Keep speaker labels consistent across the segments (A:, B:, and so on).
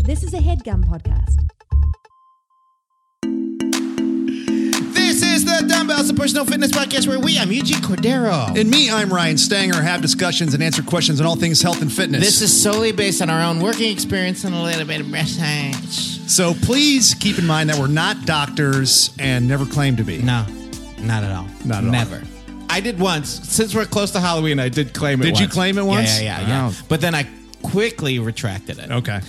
A: This is a headgum podcast.
B: This is the Dumbbells, the Personal Fitness Podcast, where we, I'm Eugene Cordero.
C: And me, I'm Ryan Stanger, have discussions and answer questions on all things health and fitness.
B: this is solely based on our own working experience and a little bit of research.
C: so please keep in mind that we're not doctors and never claim to be.
B: No, not at all.
C: Not at all.
B: Never. I did once. Since we're close to Halloween, I did claim it
C: Did
B: once.
C: you claim it once?
B: Yeah, yeah, yeah. yeah.
C: Wow.
B: But then I quickly retracted it.
C: Okay.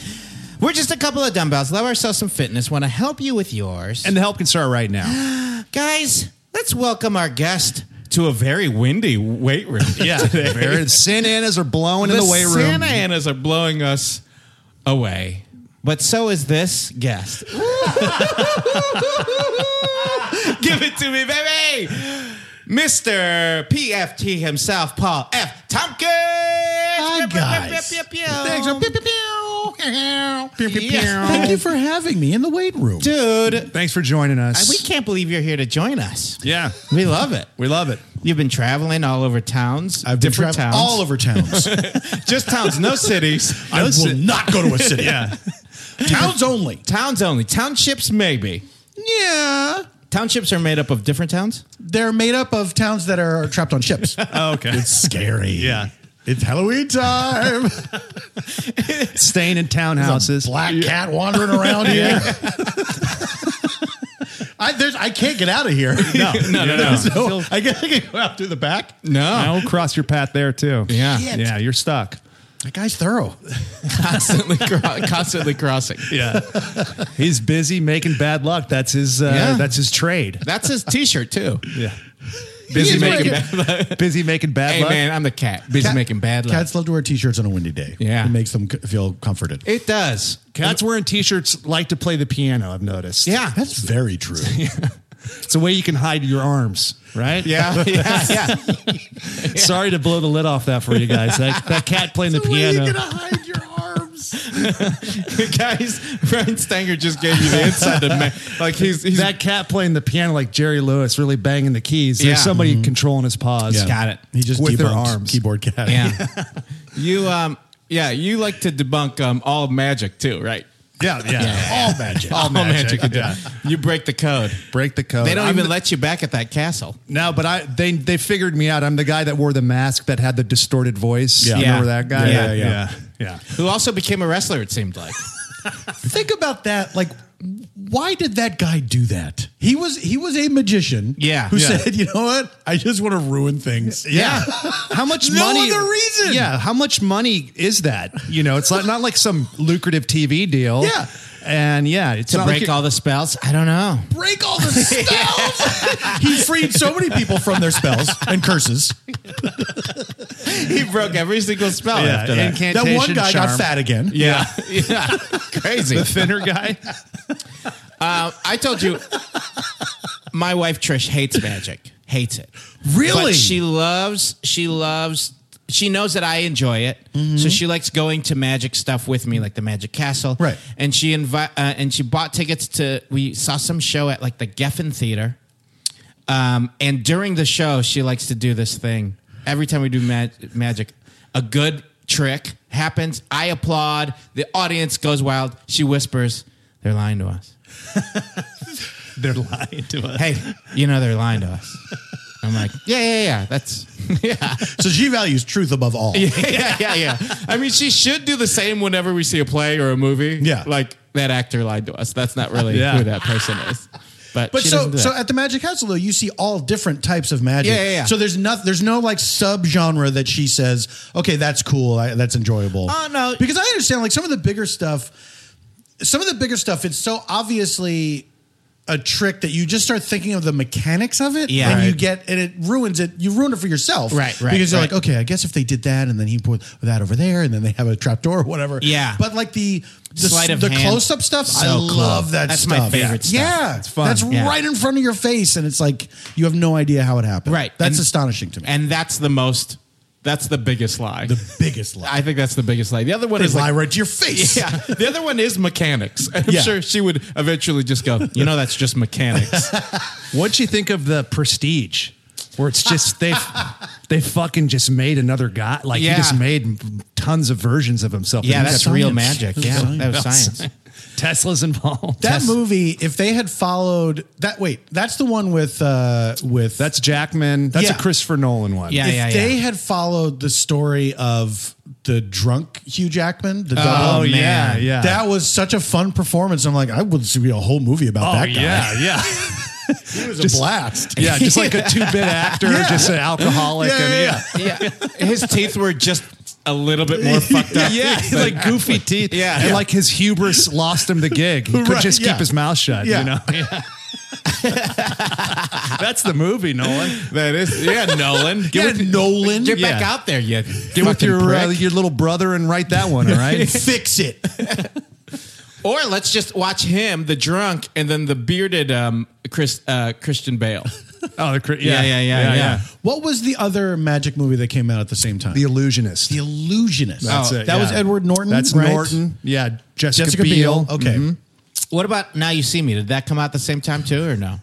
B: We're just a couple of dumbbells. Love ourselves some fitness. Want to help you with yours.
C: And the help can start right now.
B: guys, let's welcome our guest to a very windy weight room.
C: Yeah. Very- Santanas are blowing in the weight room.
B: Santa Anas are blowing us away. But so is this guest. Give it to me, baby. Mr. PFT himself, Paul F. Tompkins.
D: Hi, guys.
B: Thanks.
D: Pew, pew, pew. Thank you for having me in the weight room.
B: Dude,
C: Thanks for joining us.
B: we can't believe you're here to join us.
C: yeah.
B: We love it.
C: We love it.
B: You've been traveling all over towns,
D: been
B: different
D: traveling
B: towns,
D: all over towns.
B: just towns, no cities.
D: I will
C: sit-
D: not go to a city.
C: Yeah.
D: Towns only.
B: Towns only. Townships, maybe.
D: Yeah.
B: Townships are made up of different towns.
D: They're made up of towns that are trapped on ships.
C: Oh, okay.
D: It's scary.
C: Yeah.
D: It's Halloween time.
C: Staying in townhouses.
D: Black cat wandering around here. I, there's, I can't get out of here. No,
C: no, no, no.
D: So I guess I can go out through the back.
B: No.
C: I'll cross your path there too.
B: Yeah. Shit.
C: Yeah, you're stuck.
D: That guy's thorough.
B: Constantly, cro- constantly crossing.
C: Yeah. He's busy making bad luck. That's his uh,
B: Yeah.
C: that's his trade.
B: That's his T-shirt too.
C: Yeah. Busy
D: is
C: making
D: right.
C: bad, busy making bad
B: Hey
C: luck.
B: man, I'm the cat. Busy
D: Cat-
B: making bad luck.
D: Cats love to wear t-shirts on a windy day.
B: Yeah.
D: It makes them c- feel comforted.
B: It does.
C: Cats wearing t-shirts like to play the piano. I've noticed.
B: Yeah.
D: That's very true.
C: it's a way you can hide your arms, right?
B: Yeah. Yeah. Yeah.
C: Sorry to blow the lid off that for you guys. That, that cat playing the piano.
D: hide your arms?
B: Guys, Ryan Stanger just gave you the inside to man. Like he's he's
C: that cat playing the piano like Jerry Lewis, really banging the keys. There's
B: Yeah.
C: somebody controlling his paws.
D: Yeah.
B: Got it.
D: He just
C: With their
D: debunked
C: arms.
D: Keyboard cat.
B: yeah. You um yeah you like to debunk um all magic too right
C: yeah, yeah.
D: All magic.
B: all, magic, you, do.
C: yeah.
B: you break the code
C: Break the code.
B: they don't
C: I'm
B: even
C: the-
B: let you back at that castle
C: No, but I they they figured me out. I'm the guy that wore the mask that had the distorted voice.
D: Yeah.
C: You remember that guy?
D: Yeah, yeah, yeah.
C: yeah.
B: who also became a wrestler it seemed like
D: Think about that. Like, why did that guy do that? He was he was a magician.
B: Yeah.
D: Who
B: Yeah.
D: said, you know what? I just want to ruin things.
C: Yeah. How much
D: No
C: money?
D: other reason.
C: Yeah. How much money is that? You know, it's not, not like some lucrative TV deal.
D: Yeah.
C: And yeah, it's
B: to
C: not
B: break
C: like
B: all the spells I don't know
D: Break all the spells. he freed so many people from their spells and curses.
B: he broke every single spell
C: Yeah,
B: after
C: and
B: that.
C: can't-
D: That one
C: Incantation
D: guy
C: charm.
D: got fat again.
B: yeah, yeah, crazy.
C: the thinner guy.
B: Uh, I told you, my wife Trish hates magic, hates it.
D: Really?
B: But she loves. She loves. She knows that I enjoy it,
C: Mm-hmm.
B: so she likes going to magic stuff with me, like the Magic Castle.
D: Right.
B: And she invite uh, and she bought tickets to. We saw some show at like the Geffen Theater. Um, and during the show, she likes to do this thing. Every time we do mag- magic, a good trick happens. I applaud. The audience goes wild. She whispers, "They're lying to us."
C: They're lying to us.
B: Hey, you know they're lying to us. I'm like, yeah, yeah, yeah. That's yeah,
D: So she values truth above all.
B: yeah, yeah, yeah. I mean, she should do the same whenever we see a play or a movie.
D: Yeah.
B: like that actor lied to us. That's not really
C: Yeah.
B: who that person is. But
D: But
B: she
D: so
B: doesn't do
D: so
B: that.
D: at the Magic Castle though, you see all different types of magic.
B: Yeah, yeah, yeah.
D: So there's not there's no like subgenre that she says, okay, that's cool, I, that's enjoyable.
B: Oh, no.
D: because I understand like some of the bigger stuff, some of the bigger stuff, it's so obviously a trick that you just start thinking of the mechanics of it,
B: Yeah.
D: and you
B: Right.
D: get and it ruins it. You ruin it for yourself,
B: Right, right,
D: Because you're
B: right.
D: like, okay, I guess if they did that, and then he put that over there, and then they have a trap door or whatever.
B: Yeah.
D: but like the the,
B: Sleight of
D: the
B: hand.
D: close up stuff, I
B: So cool.
D: love that.
B: That's my
D: stuff.
B: favorite
D: Yeah,
B: stuff.
D: Yeah,
B: It's fun.
D: That's
B: Yeah.
D: right in front of your face, and it's like you have no idea how it happened.
B: Right.
D: That's
B: And-
D: astonishing to me.
B: and that's the most. That's the biggest lie.
D: the biggest lie.
B: I think that's the biggest lie. The other one
D: they
B: is
D: lie
B: like
D: right to your face.
B: Yeah. The other one is mechanics. I'm
D: Yeah.
B: sure she would eventually just go, you know, that's just mechanics.
C: What'd you think of the Prestige? where it's just they they fucking just made another guy. Like
B: Yeah.
C: he just made tons of versions of himself.
B: Yeah,
C: And he
B: that's
C: kept-
B: real
D: science.
B: magic.
D: That's
B: Yeah,
D: science.
B: that was science.
C: Tesla's involved.
D: That
B: Tess-
D: movie, if they had followed that, wait, that's the one with uh with
C: that's Jackman. That's
D: Yeah.
C: a Christopher Nolan one.
B: Yeah.
D: if they had followed the story of the drunk Hugh Jackman, the double,
C: Oh, yeah, yeah.
D: that was such a fun performance. I'm like, I would see a whole movie about
C: Oh
D: that guy.
C: yeah, yeah,
D: It was a blast.
C: yeah. Just like a two-bit actor, just an alcoholic.
D: Yeah,
C: and,
D: yeah,
B: yeah, his teeth were just a little bit more fucked up.
C: Yeah, he's like goofy teeth.
B: Yeah.
C: and like his hubris lost him the gig. He could
D: Right,
C: just
D: yeah.
C: keep his mouth shut.
D: Yeah.
C: You know, that's the movie, Nolan.
B: that is. Yeah, Nolan, get,
D: Yeah, Nolan.
B: get back
C: Yeah.
B: out there, you
C: Get with
B: fucking
C: your
B: prick.
C: uh, your little brother and write that one. All right.
D: Fix it.
B: Or let's just watch him, the drunk, and then the bearded um, Chris uh, Christian Bale.
C: oh, the, cri-
B: Yeah, yeah, yeah, yeah.
D: What was the other magic movie that came out at the same time?
C: The Illusionist.
D: The Illusionist.
C: That's
D: Oh,
C: it,
D: That was
C: yeah.
D: Edward Norton.
C: That's
D: right?
C: Norton. Yeah, Jessica,
D: Jessica
C: Biel. Oh,
D: Biel. Mm-hmm. Okay.
B: What about Now You See Me? Did that come out the same time too, or no?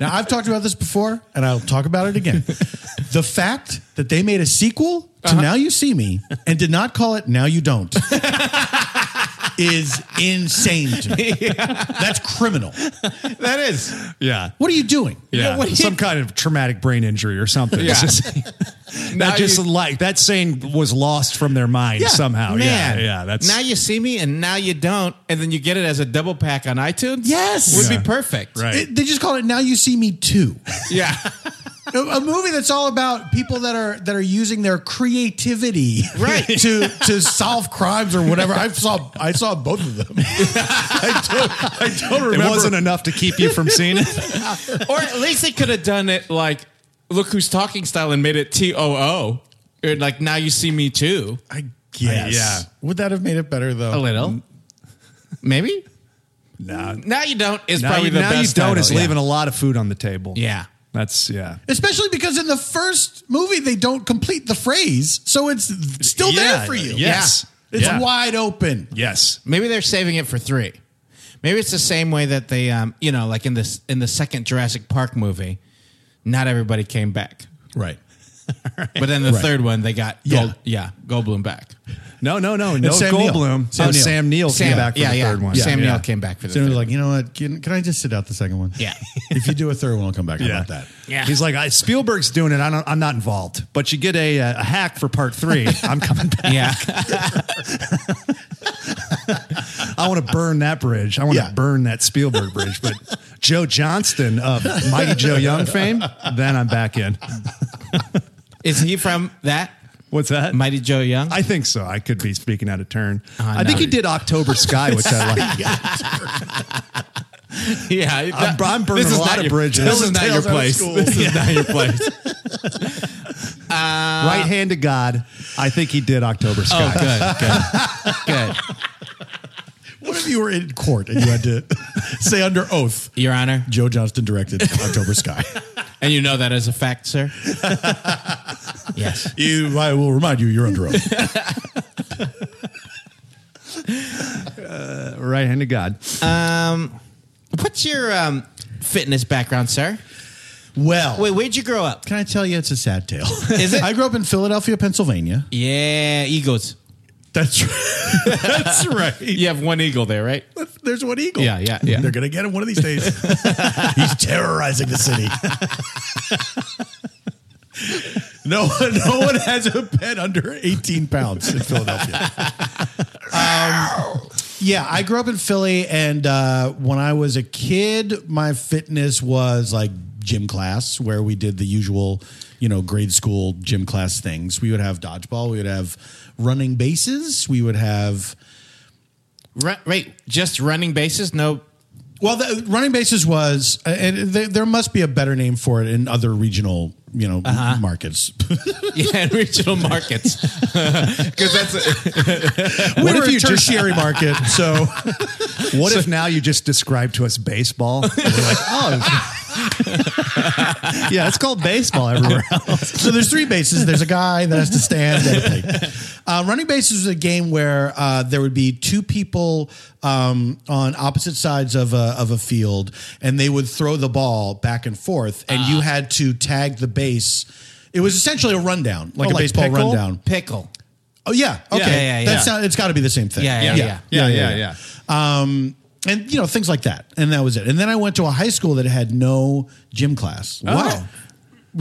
D: Now I've talked about this before, and I'll talk about it again. the fact that they made a sequel to Now You See Me and did not call it Now You Don't is insane to me. That's criminal.
B: that is.
C: Yeah.
D: What are you doing?
C: Yeah,
B: what do you-
C: some kind of traumatic brain injury or something.
B: Yeah.
C: It's just-
B: Now
C: that just
B: you-
C: like that saying was lost from their mind somehow.
B: Man,
C: Yeah, yeah. That's
B: now you see me and now you don't, and then you get it as a double pack on iTunes.
D: Yes.
B: would
D: Yeah.
B: be perfect.
C: Right.
D: It- they just called it Now You See Me Too.
B: Yeah,
D: a, a movie that's all about people that are that are using their creativity
B: Right.
D: to to solve crimes or whatever. I saw I saw both of them. I don't, I don't
C: it
D: remember.
C: wasn't enough to keep you from seeing it.
B: or at least they could have done it like look who's talking style and made it T O O. Or Like now you see me too.
D: I guess.
C: Yeah.
D: Would that have made it better though?
B: A little, maybe.
C: no,
B: Now you don't is
C: now
B: probably
C: you,
B: the
C: now you
B: best.
C: don't
B: title,
C: is
B: yeah.
C: leaving a lot of food on the table.
B: Yeah.
C: that's yeah.
D: Especially because in the first movie they don't complete the phrase, so it's still there
C: Yeah,
D: for you.
C: yes.
D: Yeah. It's
C: Yeah.
D: wide open.
C: Yes,
B: Maybe they're saving it for three. Maybe it's the same way that they, um, you know, like in this in the second Jurassic Park movie, not everybody came back,
D: Right.
B: but then the third one they got,
D: Yeah.
B: Gold, yeah, Goldblum back.
C: no, no, no, no.
D: Sam Neill.
C: Goldblum.
D: Sam
C: Sam, oh,
D: Neill.
C: Sam Neill came back for
B: yeah,
C: the
B: yeah.
C: third one.
B: Sam
C: yeah.
B: Neel came back for the
D: So
B: third.
D: they're
B: one.
D: like, you know what? Can, can I just sit out the second one?
B: Yeah.
D: if you do a third one, I'll come back. How
C: Yeah.
D: about that?
B: Yeah.
C: he's like I, Spielberg's doing it. I don't, I'm not involved, but you get a, uh, a hack for part three. I'm coming back.
B: yeah,
C: I want to burn that bridge. I want
D: Yeah.
C: to burn that Spielberg bridge. But Joe Johnston of Mighty Joe Young fame, then I'm back in.
B: is he from that
C: What's that?
B: Mighty Joe Young?
C: I think so. I could be speaking out of turn. I
B: no.
C: think he did October Sky, which I like.
B: yeah,
C: I'm- I'm burning
B: this is
C: a lot
B: not
C: of
B: your-
C: bridges.
B: This is not your
D: Tales out of
B: place.
D: school.
B: This is not your place.
C: right hand to God. I think he did October Sky.
B: Oh, good, good, good.
D: What if you were in court and you had to say under oath,
B: Your Honor,
D: Joe Johnston directed October Sky?
B: and you know that as a fact, sir. yes.
D: You, I will remind you, you're under oath.
C: Right hand to God.
B: Um, What's your um, fitness background, sir?
D: Well,
B: Wait, where'd you grow up?
D: can I tell you, it's a sad tale.
B: Is it?
D: I grew up in Philadelphia, Pennsylvania.
B: Yeah, eagles.
D: That's right. That's right.
B: You have one eagle there, right?
D: There's one eagle.
B: Yeah, yeah, yeah.
D: They're gonna get him one of these days. He's terrorizing the city. no, one- no one has a pet under 18 pounds in Philadelphia. um, yeah, I grew up in Philly, and uh, when I was a kid, my fitness was like gym class, where we did the usual, you know, grade school gym class things. We would have dodgeball, we would have running bases, we would have.
B: Ru- wait, just running bases? No.
D: Well, the, running bases was, uh, and th- there must be a better name for it in other regional, you know, markets.
B: Yeah, regional markets. Because that's a,
D: we
C: What
D: were
C: if
D: a
C: you just-
D: tertiary market, so
C: What if now you just describe to us baseball? And we're like, oh. yeah, it's called baseball everywhere else.
D: so there's three bases. There's a guy that has to stand. At a plate. Uh, running bases was a game where uh, there would be two people um, on opposite sides of a, of a field, and they would throw the ball back and forth, and you had to tag the base. It was essentially a rundown, like a baseball rundown.
B: Pickle.
D: Oh yeah, okay,
B: yeah, yeah.
D: that's not- it's got to be the same thing.
B: Yeah, yeah, yeah.
C: Yeah, yeah, yeah.
D: Um, and you know things like that, and that was it. And then I went to a high school that had no gym class.
B: Oh.
C: Wow.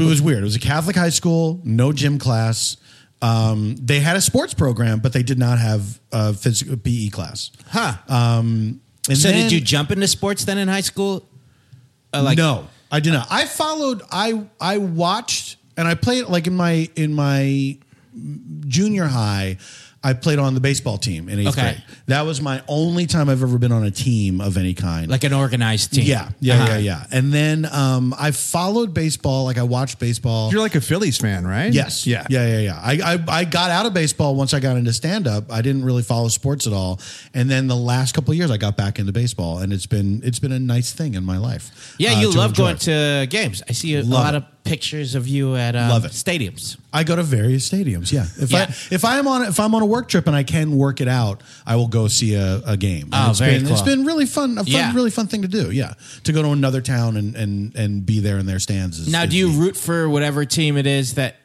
D: it was weird. It was a Catholic high school, no gym class. Um, they had a sports program, but they did not have a physical PE class.
B: Huh.
D: And
B: so
D: then-
B: did you jump into sports then in high school? Uh,
D: no, I did not. I followed. I I watched and I played like in my in my junior high. I played on the baseball team in eighth
B: Okay.
D: grade. That was my only time I've ever been on a team of any kind.
B: like an organized team.
D: yeah, yeah,
B: Uh-huh.
D: yeah, yeah. And then um, I followed baseball. Like I watched baseball.
C: You're like a Phillies fan, right?
D: Yes.
C: Yeah.
D: Yeah. Yeah. Yeah. I, I, I got out of baseball once I got into stand up. I didn't really follow sports at all. And then the last couple of years I got back into baseball and it's been it's been a nice thing in my life.
B: Yeah,
D: uh,
B: you
D: to
B: love
D: enjoy.
B: going to games. I see a
D: Love
B: lot
D: it.
B: of pictures of you at um,
D: Love it.
B: stadiums.
D: I go to various stadiums. Yeah. If
B: Yeah.
D: I if I am on if I'm on a work trip and I can work it out, I will go see a, a game. And
B: Oh,
D: it's
B: very
D: been, It's
B: cool.
D: been really fun, a fun,
B: Yeah.
D: really fun thing to do. Yeah. To go to another town and and and be there in their stands. Is,
B: Now,
D: is
B: do you
D: neat.
B: root for whatever team it is that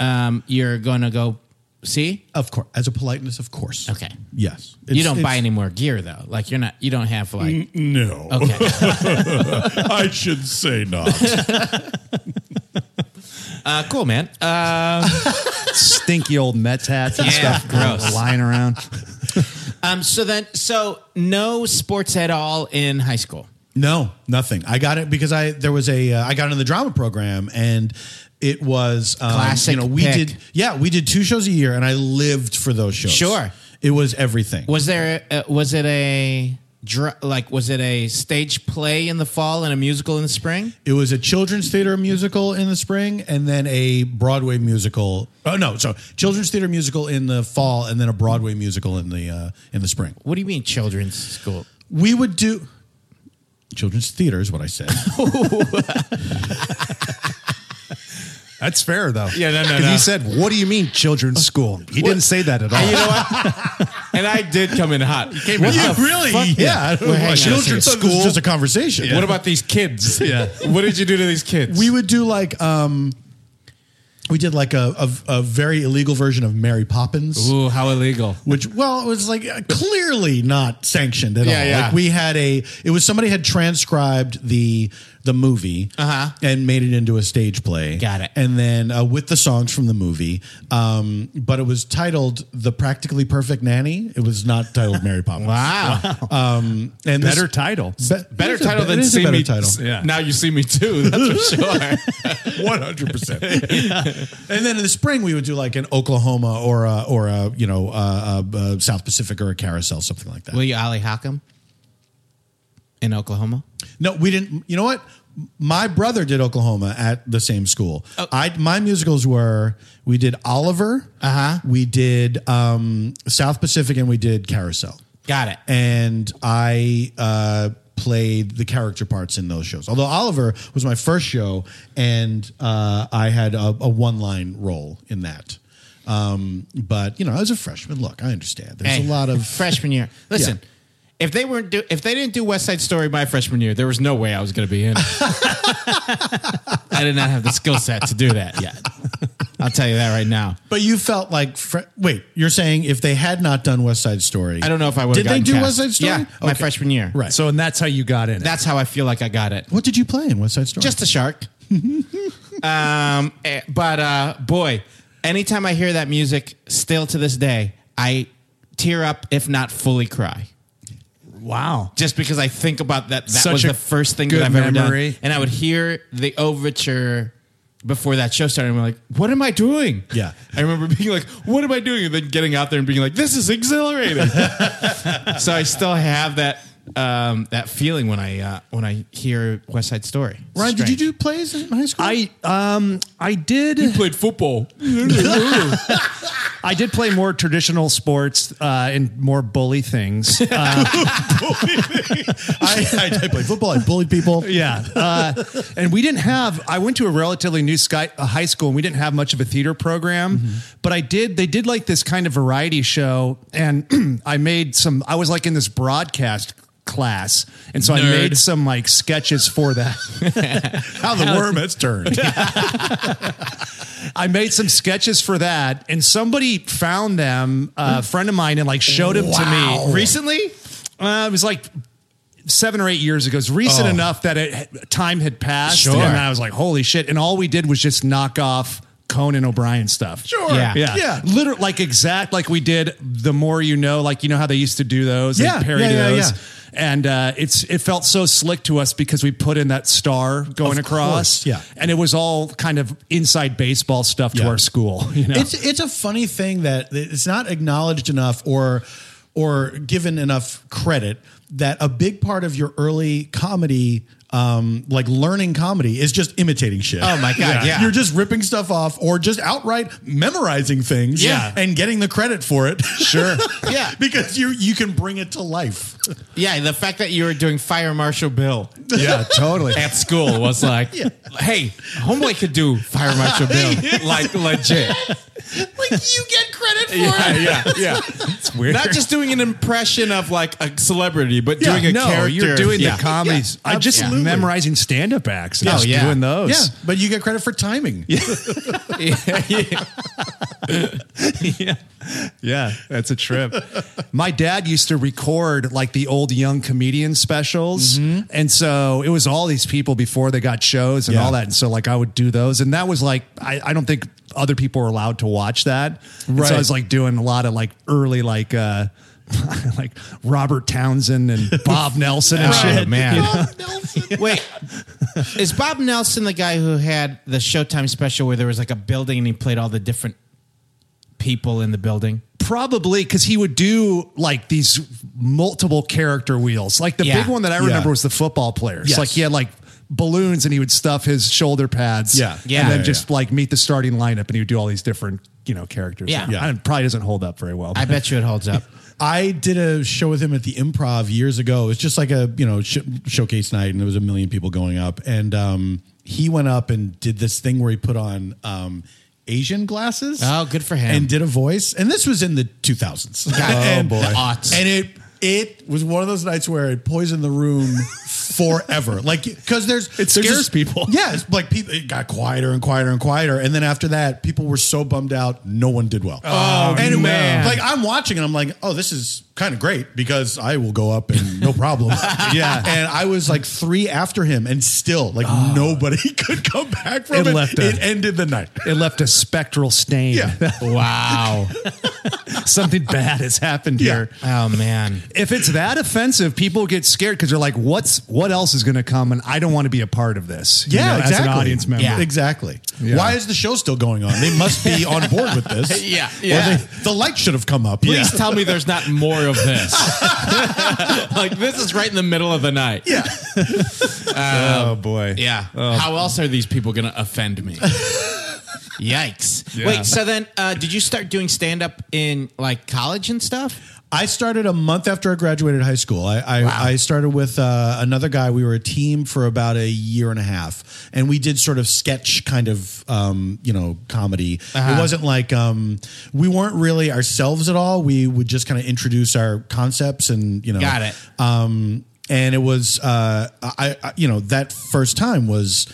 B: um, you're going to go see?
D: Of course, as a politeness, of course.
B: Okay.
D: Yes.
B: you
D: It's-
B: don't buy
D: it's-
B: any more gear though. Like you're not. You don't have
C: Mm.
B: like.
D: No.
B: Okay.
D: I should say not.
B: Uh, cool, man. Um,
C: Stinky old Mets hats and
B: Yeah,
C: stuff
B: gross.
C: lying around.
B: um, so then, so no sports at all in high school.
D: No, nothing. I got it because I there was a uh, I got in the drama program and it was um,
B: Classic
D: You know, we
B: pick.
D: did yeah we did two shows a year and I lived for those shows.
B: Sure.
D: it was everything.
B: Was there? uh was it a dr- like? Was it a stage play in the fall and a musical in the spring?
D: It was a children's theater musical in the spring and then a Broadway musical. Oh no, so children's theater musical in the fall and then a Broadway musical in the uh, in the spring.
B: What do you mean children's school?
D: We would do Oh, children's theater is what I said.
C: That's fair though. Uh,
B: Yeah, no, no,
C: 'Cause
B: no.
C: He said, "What do you mean children's school?" He didn't say that at all.
B: You know what? and I did come in hot. You came
C: in hot.
D: really? Yeah,
B: Well, hang on a
D: children's
C: second.
D: school. It's just a conversation.
B: What about these kids? Yeah. What did you do to these kids?
D: we would do like um we did like a, a, a very illegal version of Mary Poppins,
B: Ooh, how illegal.
D: which well, it was like uh, clearly not sanctioned at
B: Yeah,
D: all.
B: yeah.
D: Like we had a, it was somebody had transcribed the the movie
B: Uh-huh.
D: and made it into a stage play.
B: Got it.
D: And then uh, with the songs from the movie, um, but it was titled "The Practically Perfect Nanny." It was not titled Mary Poppins.
B: Wow.
D: And this-
C: Better title.
D: Be-
B: Better
D: it is a-
B: title
D: it
B: than
D: is a
B: See
D: better
B: Me.
D: title.
C: Yeah.
B: Now you see me too, that's for sure.
C: One hundred percent.
D: And then in the spring, we would do like an Oklahoma or a, or a you know uh uh uh South Pacific or a carousel, something like that.
B: Will you Ollie Hockham in Oklahoma?
D: no, we didn't. You know what? My brother did Oklahoma at the same school. I my musicals were we did Oliver,
B: Uh-huh.
D: we did um, South Pacific, and we did Carousel.
B: Got it.
D: And I uh, played the character parts in those shows. Although Oliver was my first show, and uh, I had a, a one line role in that. Um, but you know, I was a freshman. Look, I understand. There's
B: Hey,
D: a lot of
B: freshman year. Listen. If they weren't do, if they didn't do West Side Story my freshman year, there was no way I was going to be in. it. I did not have the skill set to do that yet. I'll tell you that right now.
D: But you felt like fr- wait, you're saying if they had not done West Side Story,
B: I don't know if I would.
D: Did they do West Side Story?
B: Yeah, my
D: Okay.
B: freshman year.
D: Right.
C: So, and that's how you got in. it.
B: That's how I feel like I got it.
D: What did you play in West Side Story?
B: Just a shark. um, eh, but uh, boy, anytime I hear that music, still to this day, I tear up, if not fully cry.
C: wow.
B: Just because I think about that, that
C: Such
B: was
C: a
B: the first thing that
C: good
B: I've ever
C: memory.
B: done. And I would hear the overture before that show started. And I'm like, what am I doing?
D: Yeah.
B: I remember being like, what am I doing? And then getting out there and being like, this is exhilarating. so I still have that um, that feeling when I uh, when I hear West Side Story.
D: Ryan, did you
B: Strange.
D: do plays in high school?
C: I um I did
B: played football?
C: I I did play more traditional sports uh, and more bully things.
D: I, I, I played football. I bullied people.
C: Yeah, uh, and we didn't have. I went to a relatively new sky, a high school, and we didn't have much of a theater program. But I did. They did like this kind of variety show, and I made some. I was like in this broadcast class, and so I
B: Nerd.
C: made some like sketches for that.
D: How the worm has turned.
C: I made some sketches for that, and somebody found them, a friend of mine, and like showed them to me recently. Uh, it was like seven or eight years ago. It's recent enough that it time had passed,
B: Sure.
C: and I was like, "Holy shit!" And all we did was just knock off Conan O'Brien stuff. Sure,
B: Yeah.
C: yeah,
D: Yeah.
C: literally like exact like we did. The more you know, like you know how they used to do those.
D: Yeah,
C: they parody
D: yeah, yeah,
C: those.
D: yeah.
C: And uh, it's it felt so slick to us because we put in that star going across,
D: course, yeah.
C: and it was all kind of inside baseball stuff to
D: Yeah.
C: our school. You know,
D: It's it's a funny thing that it's not acknowledged enough or or given enough credit that a big part of your early comedy um, like learning comedy is just imitating shit.
B: Oh my God, yeah.
D: You're just ripping stuff off or just outright memorizing things
B: Yeah.
D: and getting the credit for it. Sure.
B: Yeah.
D: Because you you can bring it to life.
B: Yeah, the fact that you were doing Fire Marshal Bill
C: yeah, totally.
B: at school was like, hey, homeboy could do Fire Marshal Bill like legit.
D: like you get credit for
B: yeah, yeah. It's weird. Not just doing an impression of like a celebrity, but
C: Yeah,
B: doing a
C: no,
B: character.
C: You're doing
B: Yeah.
C: the comedies. I just
B: absolutely.
C: memorizing stand up acts. and
B: Oh,
C: just
B: yeah.
C: doing those.
D: Yeah, but you get credit for timing.
C: Yeah, that's a trip. My dad used to record like the old young comedian specials. And so it was all these people before they got shows and
D: Yeah.
C: all that. And so like I would do those. And that was like, I, I don't think other people were allowed to watch that. And So
D: Right.
C: I was like doing a lot of like early, like, uh, like Robert Townsend and Bob Nelson
B: Oh,
C: and shit.
B: man.
C: You know?
D: Bob Nelson.
B: Wait, is Bob Nelson the guy who had the Showtime special where there was like a building and he played all the different people in the building?
C: Probably because he would do like these multiple character wheels. Like the
B: Yeah.
C: big one that I remember
D: Yeah.
C: was the football players.
D: Yes.
C: Like he had like balloons and he would stuff his shoulder pads.
D: Yeah.
B: Yeah.
C: And then
B: Yeah,
C: just like meet the starting lineup and he would do all these different, you know, characters.
B: Yeah. Yeah.
C: And it probably doesn't hold up very well.
B: I bet you it holds up.
D: I did a show with him at the Improv years ago. It was just like a you know sh- showcase night, and there was a million people going up. And um, he went up and did this thing where he put on um, Asian glasses.
B: Oh, good for him.
D: And did a voice. And this was in the 2000s.
B: God. Oh,
D: and,
B: boy. The aughts.
D: And it it was one of those nights where it poisoned the room forever. Like because there's
C: It
D: there's
C: scares
D: just-
C: people.
D: Yeah, it's like people. It got quieter and quieter and quieter. And then after that, people were so bummed out. No one did well. Oh and it-
C: man.
D: Like I'm watching and I'm like, oh, this is kind of great because I will go up and no problem. yeah. And I was like three after him, and still like nobody could come back from
C: Oh. It
D: it.
C: left a-
D: it ended the night.
C: it left a spectral stain.
D: Yeah.
B: Wow.
C: Something bad has happened
D: Yeah.
C: here.
B: Oh man.
C: If it's that offensive, people get scared because they're like, "What's what else is going to come?" And I don't want to be a part of this. you
D: Yeah,
C: know,
D: exactly.
C: as an audience member.
B: Yeah.
D: Exactly. Why is the show still going on? They must be on board with this.
B: Yeah,
D: Or
B: yeah.
D: they- the light should have come up.
B: Please tell me there's not more of this. like this is right in the middle of the night. Yeah.
C: Oh boy.
B: Yeah. How else are these people going to offend me? Yikes. Wait, so then uh, did you start doing stand up in like college and stuff?
D: I started a month after I graduated high school. I, I, I started with uh, another guy. We were a team for about a year and a half, and we did sort of sketch kind of um, you know comedy.
B: Uh-huh.
D: It wasn't like um, we weren't really ourselves at all. We would just kind of introduce our concepts and you know
B: Got it.
D: um, and it was uh, I, I you know that first time was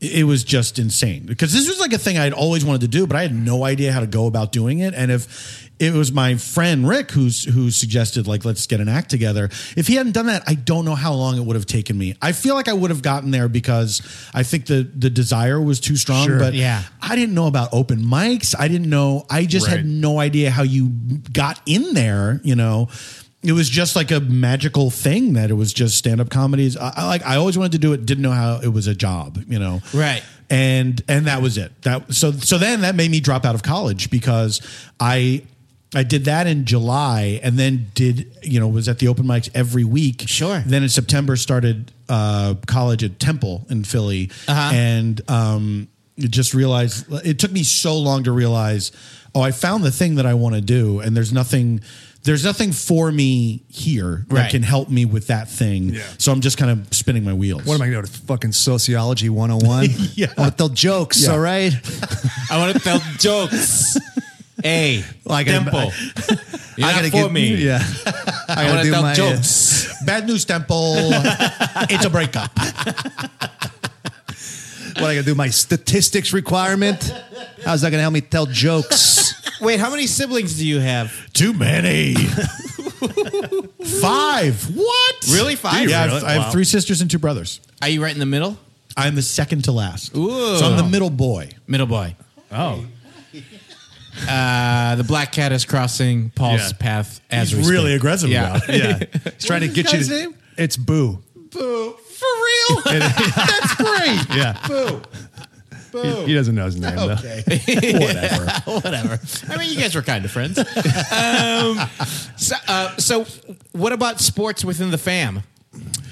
D: it was just insane because this was like a thing I'd always wanted to do, but I had no idea how to go about doing it. And if it was my friend Rick who's who suggested like let's get an act together, if he hadn't done that, I don't know how long it would have taken me. I feel like I would have gotten there because I think the the desire was too strong.
C: Sure.
D: But
B: Yeah.
D: I didn't know about open mics. I didn't know. I just
C: Right.
D: had no idea how you got in there. You know, it was just like a magical thing that it was just stand up comedies. I, I like I always wanted to do it. Didn't know how it was a job. You know,
B: Right.
D: And and that was it. That so so then that made me drop out of college because I. I did that in July and then did, you know, was at the open mics every week.
B: Sure.
D: Then in September started uh, college at Temple in Philly.
B: Uh-huh.
D: And um, It just realized it took me so long to realize, oh, I found the thing that I want to do, and there's nothing, there's nothing for me here
B: Right.
D: that can help me with that thing.
E: Yeah.
D: So I'm just kind of spinning my wheels.
E: What am I going to go to fucking sociology 101? yeah. I want to tell jokes, all right?
B: I want to tell jokes. Hey,
E: Like,
B: like
E: I-
B: temple. You're
E: gotta
B: not for me.
E: Yeah.
B: I,
E: gotta
B: want
E: do
B: to tell
E: my, uh,
B: jokes.
D: Bad news, Temple. it's a breakup.
E: What I got to do, my statistics requirement? How's that going to help me tell jokes?
B: Wait, how many siblings do you have?
D: Too many. Five. What?
B: Really? Five?
D: Yeah, I have-
B: Really?
D: I have
B: Wow.
D: three sisters and two brothers.
B: Are you right in the middle?
D: I'm the second to last. So I'm the middle boy.
B: Middle boy. Oh. Uh, the black cat is crossing Paul's
E: Yeah.
B: path as
D: He's
B: we
D: really
B: speak.
D: aggressive
B: Yeah.
D: about
E: Yeah. He's trying to
D: What's
E: get you
D: his
E: to.
D: guy's name?
E: It's Boo.
B: Boo. For real?
E: That's great. Yeah. Boo. He, he doesn't know his name, though.
D: Whatever.
B: whatever. I mean, you guys were kind of friends. um, so, uh, so, what about sports within the fam?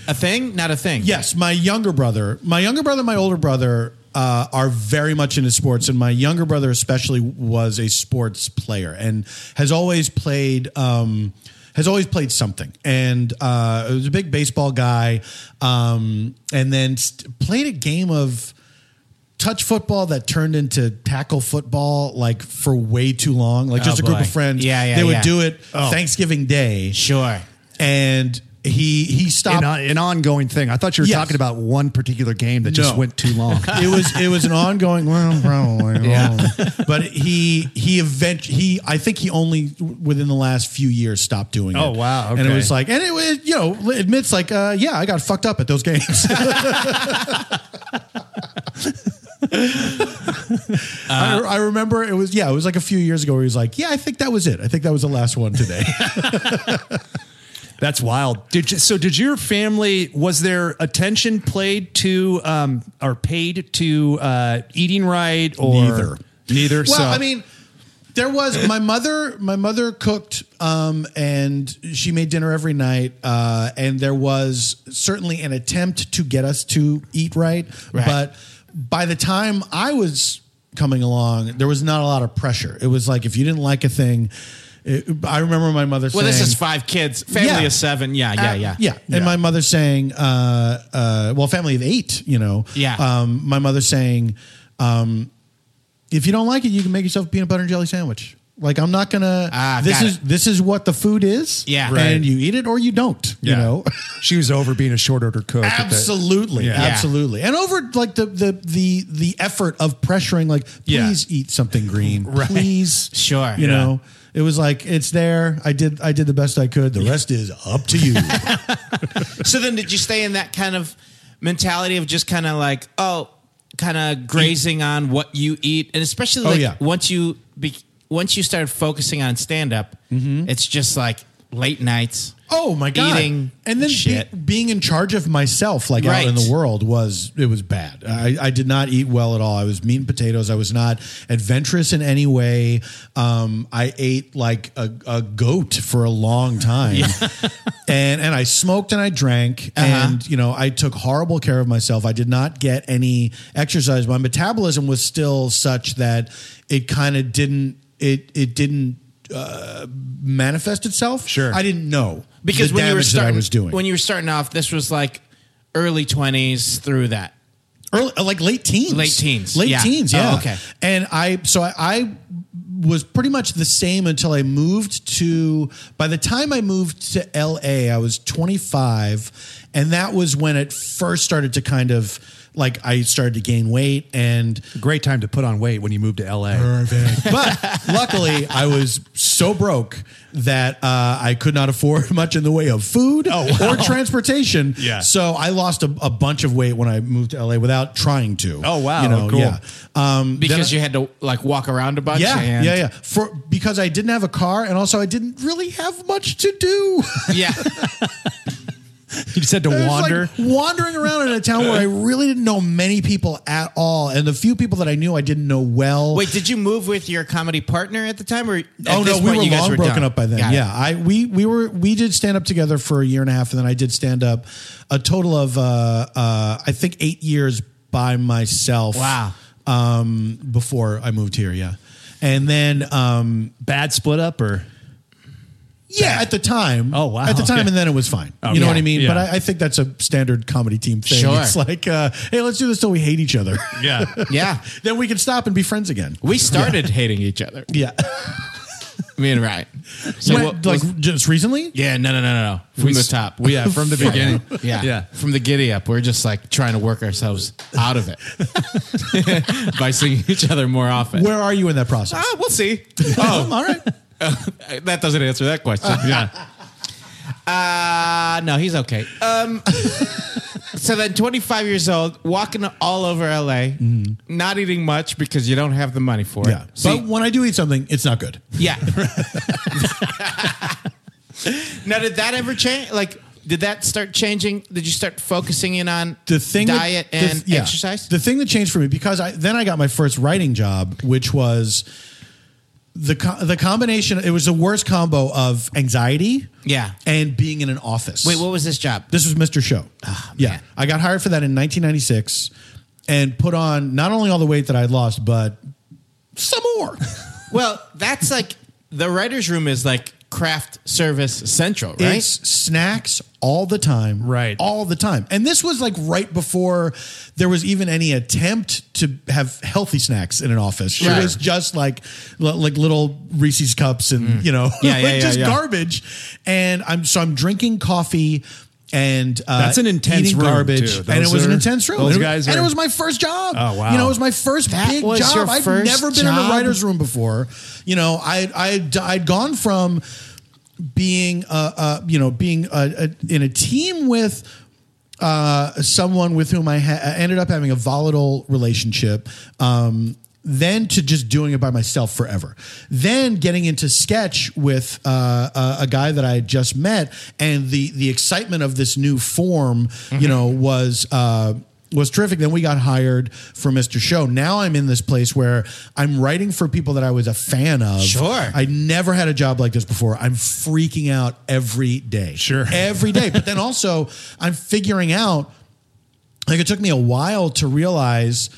B: A thing? Not a thing.
D: Yes, my younger brother, my younger brother, and my older brother uh, are very much into sports, and my younger brother especially was a sports player and has always played. Um, has always played something, and uh, was a big baseball guy, um, and then st- played a game of touch football that turned into tackle football, like for way too long. Like just a group
B: Oh, boy.
D: of friends,
B: Yeah, yeah,
D: they would
B: yeah.
D: do it
E: Oh.
D: Thanksgiving Day,
B: Sure.
D: and he he stopped
E: An, on- an ongoing thing. I thought you were
D: Yes.
E: talking about one particular game that just
D: No.
E: went too long.
D: it was it was an ongoing well probably
E: Yeah.
D: but he he event he I think he only within the last few years stopped doing it
E: Oh, wow,
D: and it
E: okay.
D: was like and it was you know admits like uh, yeah I got fucked up at those games I,
E: Uh,
D: I remember it was yeah it was like a few years ago where he was like yeah I think that was it I think that was the last one today
E: That's wild. Did you, so? Did your family? Was there attention played to um, or paid to uh, eating right or
D: Neither.
E: Neither.
D: Well,
E: so-
D: I mean, there was my mother. My mother cooked, um, and she made dinner every night. Uh, and there was certainly an attempt to get us to eat right,
B: Right.
D: but by the time I was coming along, there was not a lot of pressure. It was like if you didn't like a thing. It, I remember my mother
B: Well,
D: saying,
B: this is five kids. Family
D: Yeah.
B: of seven. Yeah, yeah,
D: uh,
B: yeah.
D: yeah. And my mother saying, uh, uh, well, family of eight, you know.
B: Yeah.
D: Um, my mother saying, um, if you don't like it, you can make yourself a peanut butter and jelly sandwich. Like I'm not gonna.
B: Ah,
D: this
B: got
D: is
B: it.
D: this is what the food is.
B: Yeah. Right.
D: and you eat it or you don't.
E: Yeah.
D: You know,
E: she was over being a short order cook. at that-
D: absolutely,
E: Yeah.
D: absolutely, and over like the the the the effort of pressuring, like
E: Yeah.
D: please eat something green, please,
B: Sure.
D: you know. It was like it's there. I did. I did the best I could. The rest is up to you.
B: So then, did you stay in that kind of mentality of just kind of like, oh, kind of grazing on what you eat, and especially
D: Oh,
B: like
D: yeah.
B: once you be, once you started focusing on stand up,
D: Mm-hmm.
B: it's just like late nights.
D: Oh my god!
B: Eating
D: and then be-
B: shit.
D: being in charge of myself, like
B: Right.
D: out in the world, was it was bad. I, I did not eat well at all. I was meat and potatoes. I was not adventurous in any way. Um, I ate like a, a goat for a long time, and and I smoked and I drank,
B: Uh-huh.
D: and you know I took horrible care of myself. I did not get any exercise. My metabolism was still such that it kind of didn't it it didn't. Uh, manifest itself.
E: Sure.
D: I didn't know
B: because
D: the
B: when you were
D: damage that
B: starting,
D: I was doing
B: when you were starting off, this was like early twenties through that.
D: early, uh, like late teens,
B: Late teens,
D: late
B: yeah.
D: teens.
B: Oh,
D: Yeah.
B: okay.
D: And I, so I, I was pretty much the same until I moved to. By the time I moved to L.A., I was 25, and that was when it first started to kind of like I started to gain weight and
E: great time to put on weight when you moved to L.A.
D: but luckily, I was so broke that uh, I could not afford much in the way of food or transportation.
E: Oh, Yeah.
D: So I lost a, a bunch of weight when I moved to LA without trying to.
E: Oh, wow.
D: You know,
E: Cool.
D: yeah. Um,
B: Because
D: then-
B: you had to like walk around a bunch.
D: yeah,
B: and-
D: yeah, yeah. For because I didn't have a car, and also I didn't really have much to do.
B: yeah.
E: You just had to
D: I was, like,
E: wander.
D: wandering around in a town where I really didn't know many people at all, and the few people that I knew, I didn't know well.
B: Wait, did you move with your comedy partner at the time, or at
D: oh no,
B: this
D: we
B: point
D: were
B: you guys
D: long
B: were
D: broken
B: done?
D: up by then.
B: Got it.
D: yeah, I we we were we did stand up together for a year and a half, and then I did stand up a total of uh, uh, I think eight years by myself.
B: Wow.
D: um, before I moved here. Yeah, and then um,
E: Bad split up or
D: yeah, at the time.
E: Oh, wow.
D: At the time,
E: Yeah.
D: and then it was fine. you know
E: yeah.
D: what I mean?
E: Yeah.
D: But I, I think that's a standard comedy team thing.
B: Oh, Sure.
D: It's like, uh, hey, let's do this till we hate each other.
E: yeah.
B: Yeah.
D: then we can stop and be friends again.
B: We started hating each other.
D: Yeah.
B: Me and Ryan. So
D: When-
B: what-
D: like
B: was-
D: just recently?
B: yeah, no, no, no, no, no. From the top.
E: We, yeah, from the beginning.
B: yeah.
E: Yeah.
B: From the giddy up, we're just like trying to work ourselves out of it by seeing each other more often.
D: Where are you in that process?
B: Ah, we'll see. Oh, all right. that doesn't answer that question. Yeah. Uh, no, he's okay. Um, so then, 25 years old, walking all over LA, not eating much because you don't have the money for it.
D: Yeah.
B: So
D: but when I do eat something, it's not good.
B: yeah. now, did that ever change? Like, did that start changing? Did you start focusing in on
D: the thing that-
B: diet
D: the-
B: and
D: yeah.
B: exercise?
D: The thing that changed for me because I then I got my first writing job, which was the co- the combination. It was the worst combo of anxiety,
B: Yeah.
D: and being in an office.
B: Wait, what was this job?
D: This was Mr. Show. yeah,
B: man.
D: I got hired for that in 1996, and put on not only all the weight that I'd lost, but some more.
B: well, that's like the writer's room is like craft service central, right?
D: It's snacks all the time.
E: Right.
D: All the time. And this was like right before there was even any attempt to have healthy snacks in an office.
B: Sure.
D: It was just like li- like little Reese's cups and
E: Mm.
D: you know
B: Yeah, yeah,
D: like
B: yeah,
D: just
B: yeah.
D: garbage. And I'm so I'm drinking coffee and uh,
E: That's an intense
D: eating
E: room,
D: garbage,
E: too.
D: and it
E: Those
D: was an
E: are-
D: intense room.
E: those
D: and, it-
E: guys
D: and it
E: are-
D: was my first job.
E: Oh, wow.
D: You know, it was my first
B: That
D: big
B: was
D: job.
B: your
D: I've
B: first
D: never been in a
B: job?
D: writer's room before. You know, I I I'd gone from being uh, uh you know being uh, uh, in a team with uh someone with whom I ha- I ended up having a volatile relationship. Um, then to just doing it by myself forever. Then getting into sketch with uh, a, a guy that I had just met, and the the excitement of this new form, you know, was. Uh, was terrific. Then we got hired for Mr. Show. Now I'm in this place where I'm writing for people that I was a fan of.
B: Sure.
D: I never had a job like this before. I'm freaking out every day.
E: Sure.
D: Every day. but then also, I'm figuring out, like, it took me a while to realize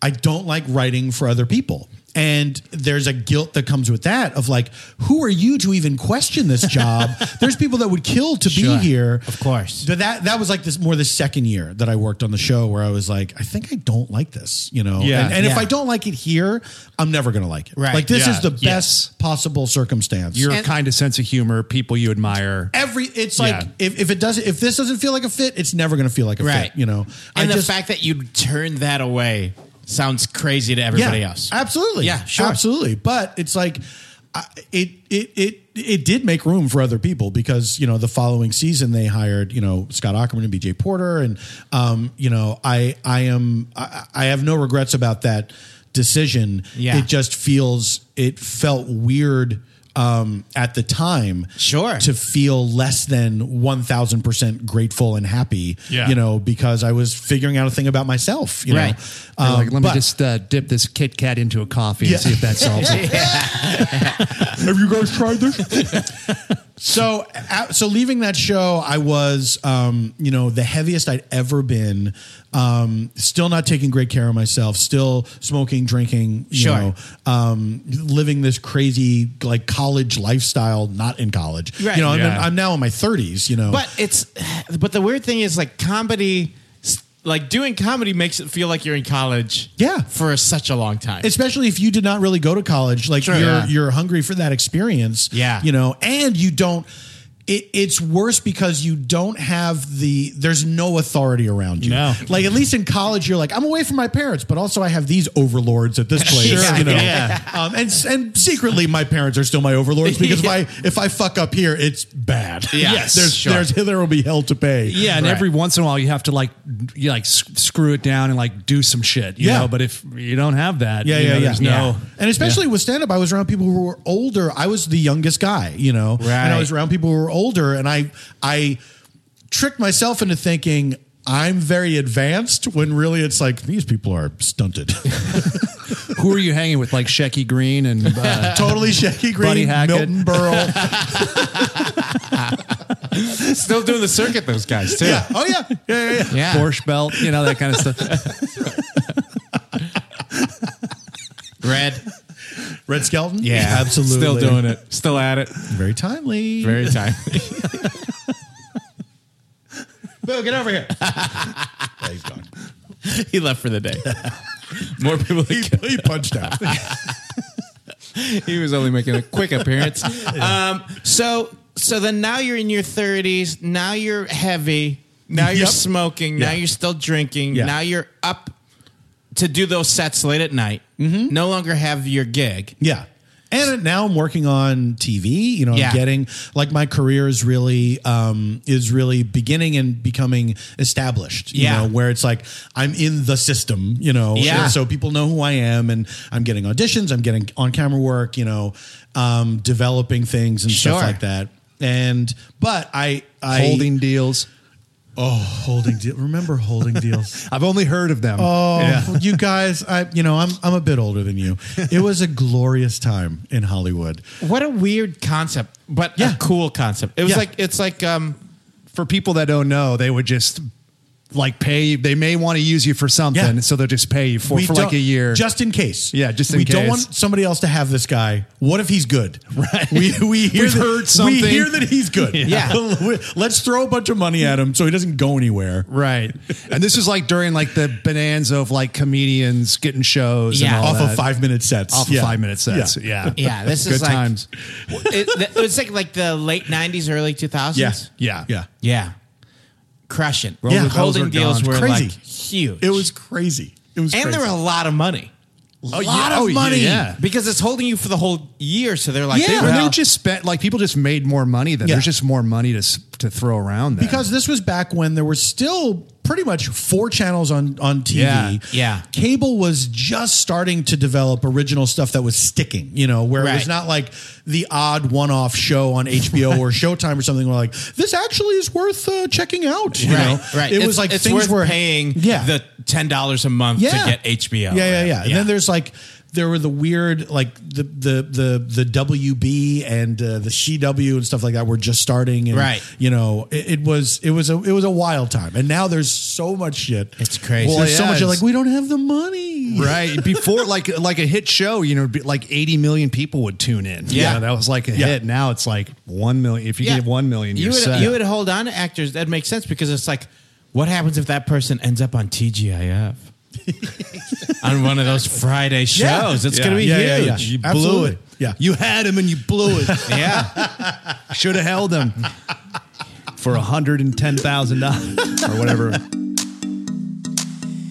D: I don't like writing for other people. And there's a guilt that comes with that of like, who are you to even question this job? there's people that would kill to
B: Sure.
D: be here.
B: Of course.
D: But that that was like this more the second year that I worked on the show where I was like, I think I don't like this, you know.
E: Yeah,
D: and, and if
B: yeah.
D: I don't like it here, I'm never gonna like it.
B: Right,
D: Like this
E: yeah,
D: is the best
E: yes.
D: possible circumstance.
E: Your
B: And-
E: kind of sense of humor, people you admire.
D: every it's like
E: Yeah.
D: if, if it doesn't if this doesn't feel like a fit, it's never gonna feel like a
B: Right.
D: fit, you know. I
B: And the
D: just-
B: fact that you turned that away sounds crazy to everybody else.
D: Absolutely.
B: Yeah, sure.
D: Absolutely. But it's like I- it it it it did make room for other people because you know the following season they hired you know Scott Ackerman and B.J. Porter and um, you know I I am I, I have no regrets about that decision.
B: Yeah.
D: It just feels it felt weird. Um, at the time,
B: Sure.
D: to feel less than one thousand percent grateful and happy,
E: Yeah.
D: you know, because I was figuring out a thing about myself, you
B: Right.
D: know.
E: You're like, let me
D: but-
E: just uh, dip this Kit Kat into a coffee and see if that solves it.
D: Have you guys tried this? so, a- so leaving that show, I was, um, you know, the heaviest I'd ever been. Um, still not taking great care of myself. Still smoking, drinking. You
B: Sure.
D: know, um, living this crazy like college lifestyle. Not in college.
B: Right.
D: You know, I'm,
E: Yeah.
D: I'm now in my 30s. You know,
B: But it's but the weird thing is like comedy s- like doing comedy makes it feel like you're in college
D: Yeah.
B: for such a long time.
D: especially if you did not really go to college like
B: Sure.
D: you're
B: Yeah.
D: you're hungry for that experience
B: Yeah.
D: you know and you don't it, it's worse because you don't have the there's no authority around you
E: No.
D: like at least in college you're like i'm away from my parents but also i have these overlords at this place
B: Sure.
D: you know
B: Yeah.
D: um, and and secretly my parents are still my overlords because if i if i fuck up here it's bad
B: Yeah.
D: yes there's
B: Sure.
D: there's there will be hell to pay
E: Yeah, and
B: Right.
E: every once in a while you have to like you like s- screw it down and like do some shit, you
D: Yeah.
E: know. But if you don't have that,
D: Yeah,
E: you
D: yeah,
E: know,
D: yeah.
E: there's
B: Yeah.
E: no
D: And especially with stand up, I was around people who were older. I was the youngest guy, you know, and I was around people who were older, and I I tricked myself into thinking I'm very advanced when really it's like these people are stunted,
E: who are you hanging with? Like Shecky Green and uh,
D: totally Shaky
E: Buddy
D: Green,
E: Hackett.
D: Milton Berle.
B: still doing the circuit those guys too.
D: yeah, oh yeah, yeah, yeah. yeah.
B: Yeah.
E: Porsche Belt, you know that kind of stuff.
B: Red.
D: Red Skeleton?
B: Yeah.
D: Absolutely.
B: Still doing it. Still at it.
D: Very timely.
B: Very timely.
D: Boo, get over here.
C: Yeah, he's gone.
B: he left for the day. More people. He,
C: He punched out.
B: he was only making a quick appearance. Um, so so then now you're in your 30s. Now you're heavy. Now you're
D: Yep.
B: smoking. Now
D: Yeah.
B: you're still drinking.
D: Yeah.
B: Now you're up to do those sets late at night. No longer have your gig.
D: Yeah. And now I'm working on TV. You know,
B: Yeah.
D: I'm getting like my career is really um, is really beginning and becoming established. You
B: Yeah.
D: know, where it's like I'm in the system. You know,
B: Yeah.
D: And so people know who I am, and I'm getting auditions. I'm getting on camera work. You know, um, developing things and
B: Sure.
D: stuff like that. And but I, I
E: Holding deals.
D: holding deal. Remember holding deals.
E: I've only heard of them.
D: Oh, you guys! I, you know, I'm I'm a bit older than you. It was a glorious time in Hollywood.
B: What a weird concept, but
D: Yeah.
B: a cool concept. It was
D: Yeah.
B: like it's like um
E: for people that don't know, they would just like pay. you- They may want to use you for something,
D: Yeah.
E: so they'll just pay you for,
D: We
E: for like
D: don't-
E: a year.
D: just in case.
E: Yeah, just in
D: we don't
E: case.
D: want somebody else to have this guy. What if he's good? Right. We we hear
E: We've
D: that,
E: heard something.
D: We hear that he's good.
B: Yeah.
D: We- Let's throw a bunch of money at him so he doesn't go anywhere.
E: right, and this is like during like the bonanza of like comedians getting shows.
B: Yeah.
E: and all
D: Off
E: that.
D: of five minute sets.
E: off
D: Yeah.
E: of five minute sets.
D: Yeah.
E: Yeah,
B: yeah, this
E: good
B: is like
E: times.
B: It, it was like like the late 90s early 2000s.
D: Yeah.
E: Yeah,
D: Yeah.
B: Yeah. Crushing.
D: Yeah.
B: The holding
E: Those are
B: deals
E: gone.
B: were
D: Crazy.
B: like huge.
D: It was crazy. It was
B: and
D: crazy.
B: there were a lot of money.
E: Oh,
D: a
E: yeah.
D: lot
E: Oh,
D: of money.
E: yeah.
B: Because it's holding you for the whole year, so they're like,
E: They,
B: they,
E: were- they were just spent like people just made more money. Then
D: Yeah.
E: there's just more money to s- to throw around. Then.
D: because this was back when there were still pretty much four channels on on TV.
E: Yeah,
B: yeah.
D: Cable was just starting to develop original stuff that was sticking, you know, where it
B: Right.
D: was not like the odd one-off show on HBO or Showtime or something where like this actually is worth uh, checking out, you
B: right,
D: know.
B: right.
D: It
B: It's-
D: was like
B: it's worth
D: things were
B: paying
D: Yeah.
B: the ten dollars a month to get HBO.
D: Yeah, yeah, yeah. And then there's like there were the weird like the the the the WB and uh, the CW and stuff like that were just starting. And,
B: Right.
D: You know, it, it was it was a it was a wild time. And now there's so much shit.
B: It's crazy.
D: there's so
E: Well,
D: much.
E: yeah, it's-
D: Like we don't have the money.
E: right before like like a hit show you know be- like 80 million people would tune in
B: Yeah.
E: You know, that was like a hit now it's like 1 million if you get 1 million
B: you
E: you're
B: would
E: set.
B: you would hold on to actors. That makes sense because it's like, what happens if that person ends up on TGIF? on one of those Friday shows,
D: Yeah.
B: it's
E: Yeah.
B: going to be
D: Yeah, yeah,
B: huge.
D: yeah.
B: You blew
D: Absolutely.
B: it.
D: Yeah.
E: you had him and you blew it
B: Yeah,
E: should have held him for $110,000 or whatever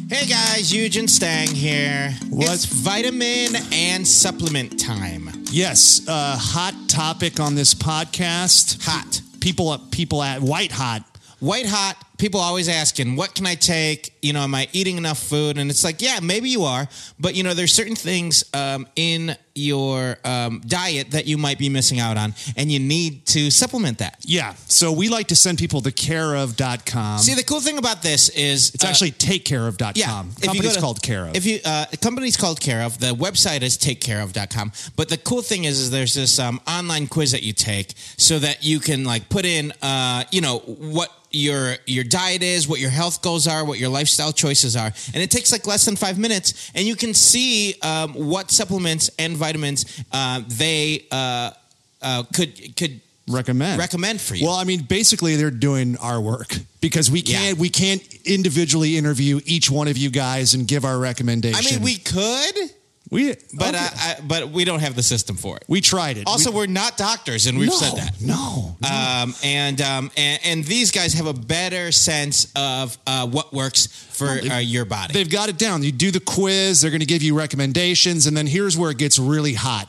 B: Hey guys, Eugen Stang here. It's vitamin and supplement time.
F: Yes, uh, hot topic on this podcast.
B: Hot.
F: people up, people at white hot.
B: White hot, people always asking, what can I take? You know, am I eating enough food? And it's like, yeah, maybe you are. But, you know, there's certain things um, in your um, diet that you might be missing out on, and you need to supplement that.
F: Yeah, so we like to send people to careof.com.
B: See, the cool thing about this is uh,
F: it's actually takecareof.com.
B: Yeah, if you
F: Company's
B: go to-
F: called Care of.
B: If you, uh, the company's called Care of. The website is takecareof.com. But the cool thing is, is there's this um, online quiz that you take so that you can like put in, uh, you know, what your your diet is, what your health goals are, what your lifestyle choices are, and it takes like less than five minutes, and you can see um, what supplements and vitamins uh, they uh, uh, could could
F: recommend
B: recommend for you.
F: Well, I mean, basically they're doing our work because we
B: Yeah.
F: can't we can't individually interview each one of you guys and give our recommendation.
B: I mean, we could,
F: we
B: but
F: okay.
B: uh, I, but we don't have the system for it.
F: we tried it.
B: Also,
F: we,
B: we, are not doctors, and we've
F: no,
B: said that.
F: No,
B: Um, and, um, and and these guys have a better sense of uh, what works for uh, your body.
F: They've got it down. You do the quiz, they're going to give you recommendations, and then here's where it gets really hot.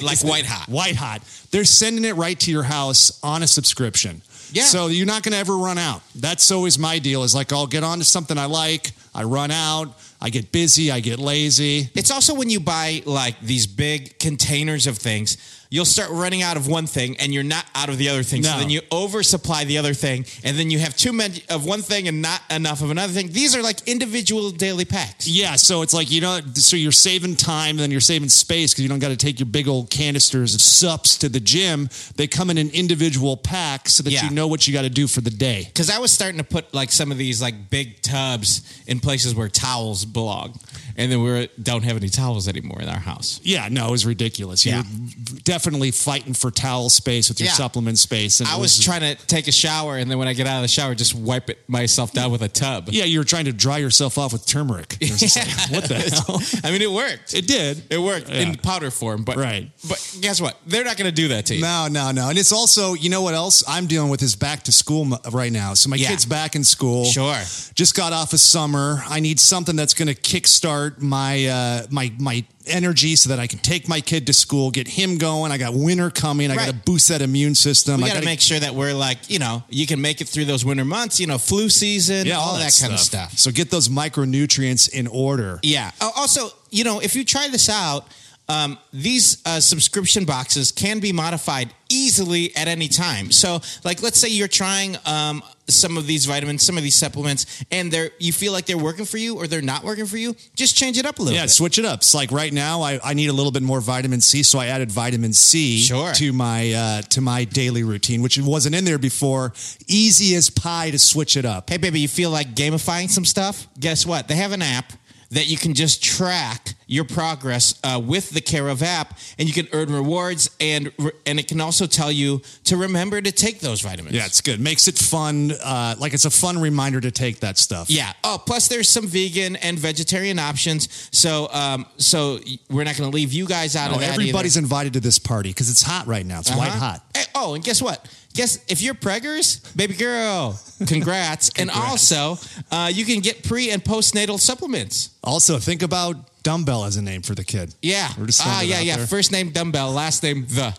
B: Like
F: It's-
B: white hot.
F: White hot. They're sending it right to your house on a subscription.
B: Yeah.
F: So you're not going to ever run out. That's always my deal is like, I'll get onto something I like, I run out, I get busy, I get lazy.
B: It's also when you buy like these big containers of things, you'll start running out of one thing and you're not out of the other thing. So
F: No.
B: then you oversupply the other thing, and then you have too many of one thing and not enough of another thing. These are like individual daily packs.
F: Yeah, so it's like you know, so you're saving time, then you're saving space because you don't got to take your big old canisters of sups to the gym. They come in an individual pack so that
B: Yeah.
F: you know what you got to do for the day.
B: Because I was starting to put like some of these like big tubs in places where towels belong, and then we don't have any towels anymore in our house.
C: Yeah, no, it was ridiculous.
B: Yeah.
C: You're definitely fighting for towel space with your
B: Yeah.
C: supplement space. And
B: I
C: it
B: was trying to take a shower, and then when I get out of the shower, just wipe it myself down with a tub.
C: Yeah, you were trying to dry yourself off with turmeric. It was just like, what the hell?
B: I mean, it worked.
C: It did.
B: It worked
C: Yeah.
B: in powder form, but
C: Right.
B: But guess what? They're not going to do that to you.
C: No, no, no. And it's also, you know what else I'm dealing with is back to school mo- right now. So my
B: Yeah.
C: kid's back in school.
B: Sure.
C: Just got off of summer. I need something that's going to kickstart my uh, my my energy so that I can take my kid to school, get him going. I got winter coming. I got to
B: Right.
C: boost that immune system.
B: We
C: I
B: got to
C: gotta-
B: make sure that we're like, you know, you can make it through those winter months, you know, flu season,
C: yeah,
B: all, that, kind of stuff.
C: So get those micronutrients in order.
B: Yeah. Al- Also, you know, if you try this out, um, these uh, subscription boxes can be modified easily at any time. So, like, let's say you're trying um, some of these vitamins, some of these supplements, and they're you feel like they're working for you or they're not working for you. Just change it up a little.
C: Yeah,
B: bit.
C: switch it up. It's like right now I, I need a little bit more vitamin C, so I added vitamin C
B: Sure.
C: to my uh, to my daily routine, which wasn't in there before. Easy as pie to switch it up.
B: hey baby you feel like gamifying some stuff guess what they have an app that you can just track your progress uh, with the care of app and you can earn rewards and re- and it can also tell you to remember to take those vitamins
C: Yeah, it's good. Makes it fun. Uh, like it's a fun reminder to take that stuff.
B: yeah oh plus there's some vegan and vegetarian options so um so y- we're not going to leave you guys out
C: No,
B: of that
C: everybody's
B: either.
C: invited to this party because it's hot right now. It's white
B: Uh-huh.
C: hot.
B: Hey, oh, and guess what? Guess if you're preggers, baby girl, congrats. And also, uh, you can get pre and postnatal supplements.
C: Also, think about dumbbell as a name for the kid.
B: Yeah.
C: We're just throwing
B: ah,
C: it
B: yeah,
C: out
B: yeah.
C: there.
B: First name dumbbell, last name the.